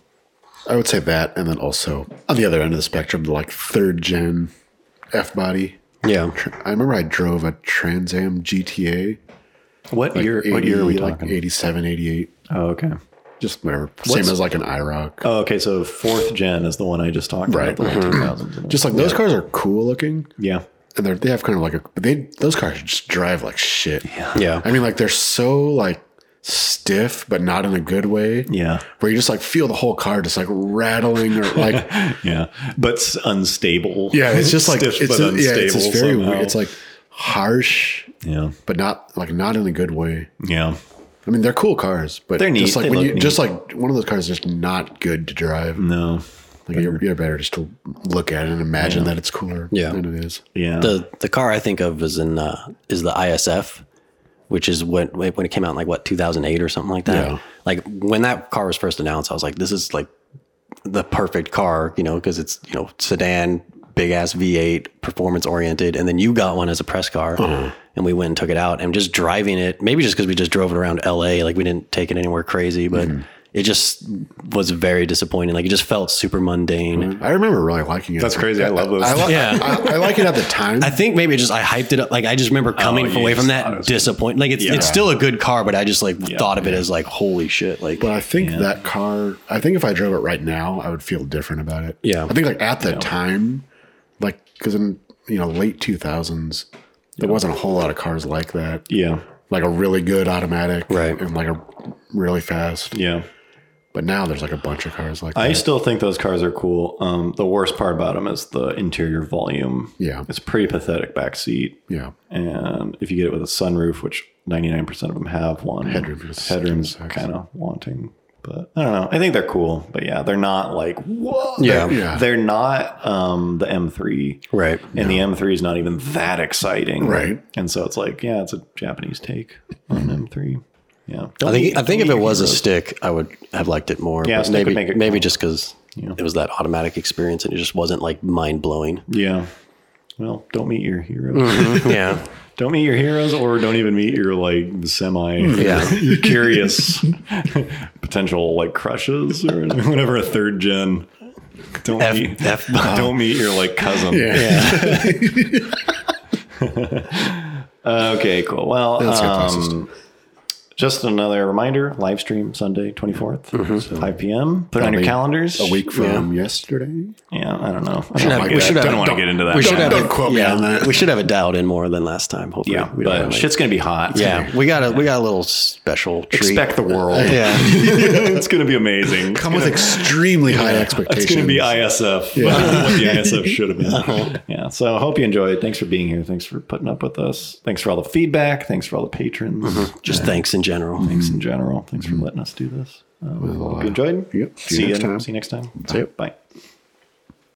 Speaker 3: I would say that, and then also on the other end of the spectrum, the like third gen F body.
Speaker 4: Yeah.
Speaker 3: I remember I drove a Trans Am GTA.
Speaker 2: What
Speaker 3: like
Speaker 2: year? what year are we
Speaker 3: 80,
Speaker 2: talking?
Speaker 3: Like 87, 88.
Speaker 2: Oh, okay.
Speaker 3: Just whatever.
Speaker 2: What's-
Speaker 3: Same as like an IROC.
Speaker 2: Oh, okay. So fourth gen is the one I just talked
Speaker 3: Right.
Speaker 2: about. The one 2000s.
Speaker 3: Just like those cars are cool looking,
Speaker 2: yeah.
Speaker 3: and they're, they have kind of like a. But they those cars just drive like shit.
Speaker 4: Yeah.
Speaker 3: I mean, like they're so like stiff, but not in a good way.
Speaker 2: Yeah.
Speaker 3: Where you just like feel the whole car just like rattling or like
Speaker 2: Yeah, but s- unstable.
Speaker 3: yeah, it's just like
Speaker 2: Stiff,
Speaker 3: it's
Speaker 2: but
Speaker 3: a, yeah, it's just very
Speaker 2: somehow.
Speaker 3: weird. It's like harsh,
Speaker 2: yeah,
Speaker 3: but not like not in a good way.
Speaker 2: yeah,
Speaker 3: I mean, they're cool cars, but
Speaker 2: They're neat.
Speaker 3: Just like
Speaker 2: They
Speaker 3: when
Speaker 2: look
Speaker 3: you, just
Speaker 2: neat. Mm.
Speaker 3: like one of those cars is just not good to drive.
Speaker 2: no,
Speaker 3: Like you're, you're better just to look at it and imagine that it's cooler
Speaker 4: Yeah.
Speaker 3: than it is.
Speaker 2: yeah,
Speaker 4: the the car I think of is in uh, is the ISF, which is when when it came out in like what 2008 or something like that.
Speaker 3: Yeah.
Speaker 4: Like when that car was first announced, I was like, this is like the perfect car, you know, because it's you know sedan, big ass V8, performance oriented. And then you got one as a press car, and we went and took it out and just driving it. Maybe just because we just drove it around LA, like we didn't take it anywhere crazy, but it just was very disappointing. Like it just felt super mundane.
Speaker 3: I remember really liking it.
Speaker 2: That's crazy. I love those.
Speaker 3: I, li-
Speaker 4: Yeah.
Speaker 3: I, I like it at the time.
Speaker 4: I think maybe just I hyped it up. Like I just remember coming
Speaker 2: you
Speaker 4: away
Speaker 2: just
Speaker 4: from
Speaker 2: thought it Oh, was-
Speaker 4: that disappointed. Like it's
Speaker 2: Yeah.
Speaker 4: it's still a good car, but I just like thought of it as like holy shit. Like
Speaker 3: but I think that car. I think if I drove it right now, I would feel different about it.
Speaker 4: Yeah.
Speaker 3: I think like at the time, like because in you know late two thousands, there wasn't a whole lot of cars like that.
Speaker 2: yeah,
Speaker 3: Like a really good automatic,
Speaker 4: Right.
Speaker 3: And like a really fast.
Speaker 2: yeah.
Speaker 3: But now there's like a bunch of cars like
Speaker 2: I
Speaker 3: that.
Speaker 2: still think those cars are cool. Um, the worst part about them is the interior volume.
Speaker 3: Yeah.
Speaker 2: it's pretty pathetic back seat.
Speaker 3: Yeah.
Speaker 2: and if you get it with a sunroof, which 99% of them have one,
Speaker 3: Headroom is-
Speaker 2: headroom's kind of wanting. But I don't know. I think they're cool, but yeah, they're not like whoa.
Speaker 4: Yeah.
Speaker 2: they're,
Speaker 3: Yeah.
Speaker 2: they're not um, the M3,
Speaker 4: Right.
Speaker 2: And the M3 is not even that exciting,
Speaker 3: Right.
Speaker 2: And so it's like, yeah, it's a Japanese take on M3. Yeah,
Speaker 4: I think I think if it was a stick, I would have liked it more.
Speaker 2: Yeah,
Speaker 4: but
Speaker 2: a stick would
Speaker 4: maybe
Speaker 2: make it
Speaker 4: maybe
Speaker 2: cool.
Speaker 4: just because it was that automatic experience and it just wasn't like mind blowing.
Speaker 2: yeah. Well, don't meet your heroes.
Speaker 4: Mm-hmm. yeah,
Speaker 2: Don't meet your heroes, or don't even meet your like semi.
Speaker 4: Yeah.
Speaker 2: your curious potential like crushes or whatever. A third gen. Don't
Speaker 4: F-
Speaker 2: meet.
Speaker 4: F- uh,
Speaker 2: don't meet your like cousin. okay, cool. Well,
Speaker 3: That's good
Speaker 2: um, just another reminder: live stream Sunday, twenty
Speaker 4: Mm-hmm.
Speaker 2: five p.m. Put it on your
Speaker 3: Probably
Speaker 2: calendars.
Speaker 3: a week from yesterday.
Speaker 2: Yeah, I don't know.
Speaker 4: have-
Speaker 2: I
Speaker 4: we
Speaker 2: don't,
Speaker 4: should have-
Speaker 2: want to
Speaker 4: don't-
Speaker 2: get into that.
Speaker 4: we should
Speaker 2: now.
Speaker 4: have-
Speaker 3: Don't quote me on that.
Speaker 4: we should have it dialed in more than last time. Hopefully,
Speaker 2: yeah,
Speaker 4: we don't
Speaker 2: but
Speaker 4: really-
Speaker 2: shit's gonna be hot.
Speaker 4: yeah, we got a we got a little special treat.
Speaker 2: Expect the world.
Speaker 4: yeah,
Speaker 2: it's gonna be amazing.
Speaker 3: Come with extremely high expectations. Uh-huh.
Speaker 2: It's going to be ISF. what the ISF should have been. Yeah. So I hope you enjoyed. Thanks for being here. Thanks for putting up with us. Thanks for all the feedback. Thanks for all the patrons.
Speaker 3: Mm-hmm.
Speaker 4: just thanks in general.
Speaker 2: Thanks in general. Thanks for letting us do this. Uh, we Um, hope you enjoyed.
Speaker 3: yep.
Speaker 2: See, you next time. See you next time. Bye.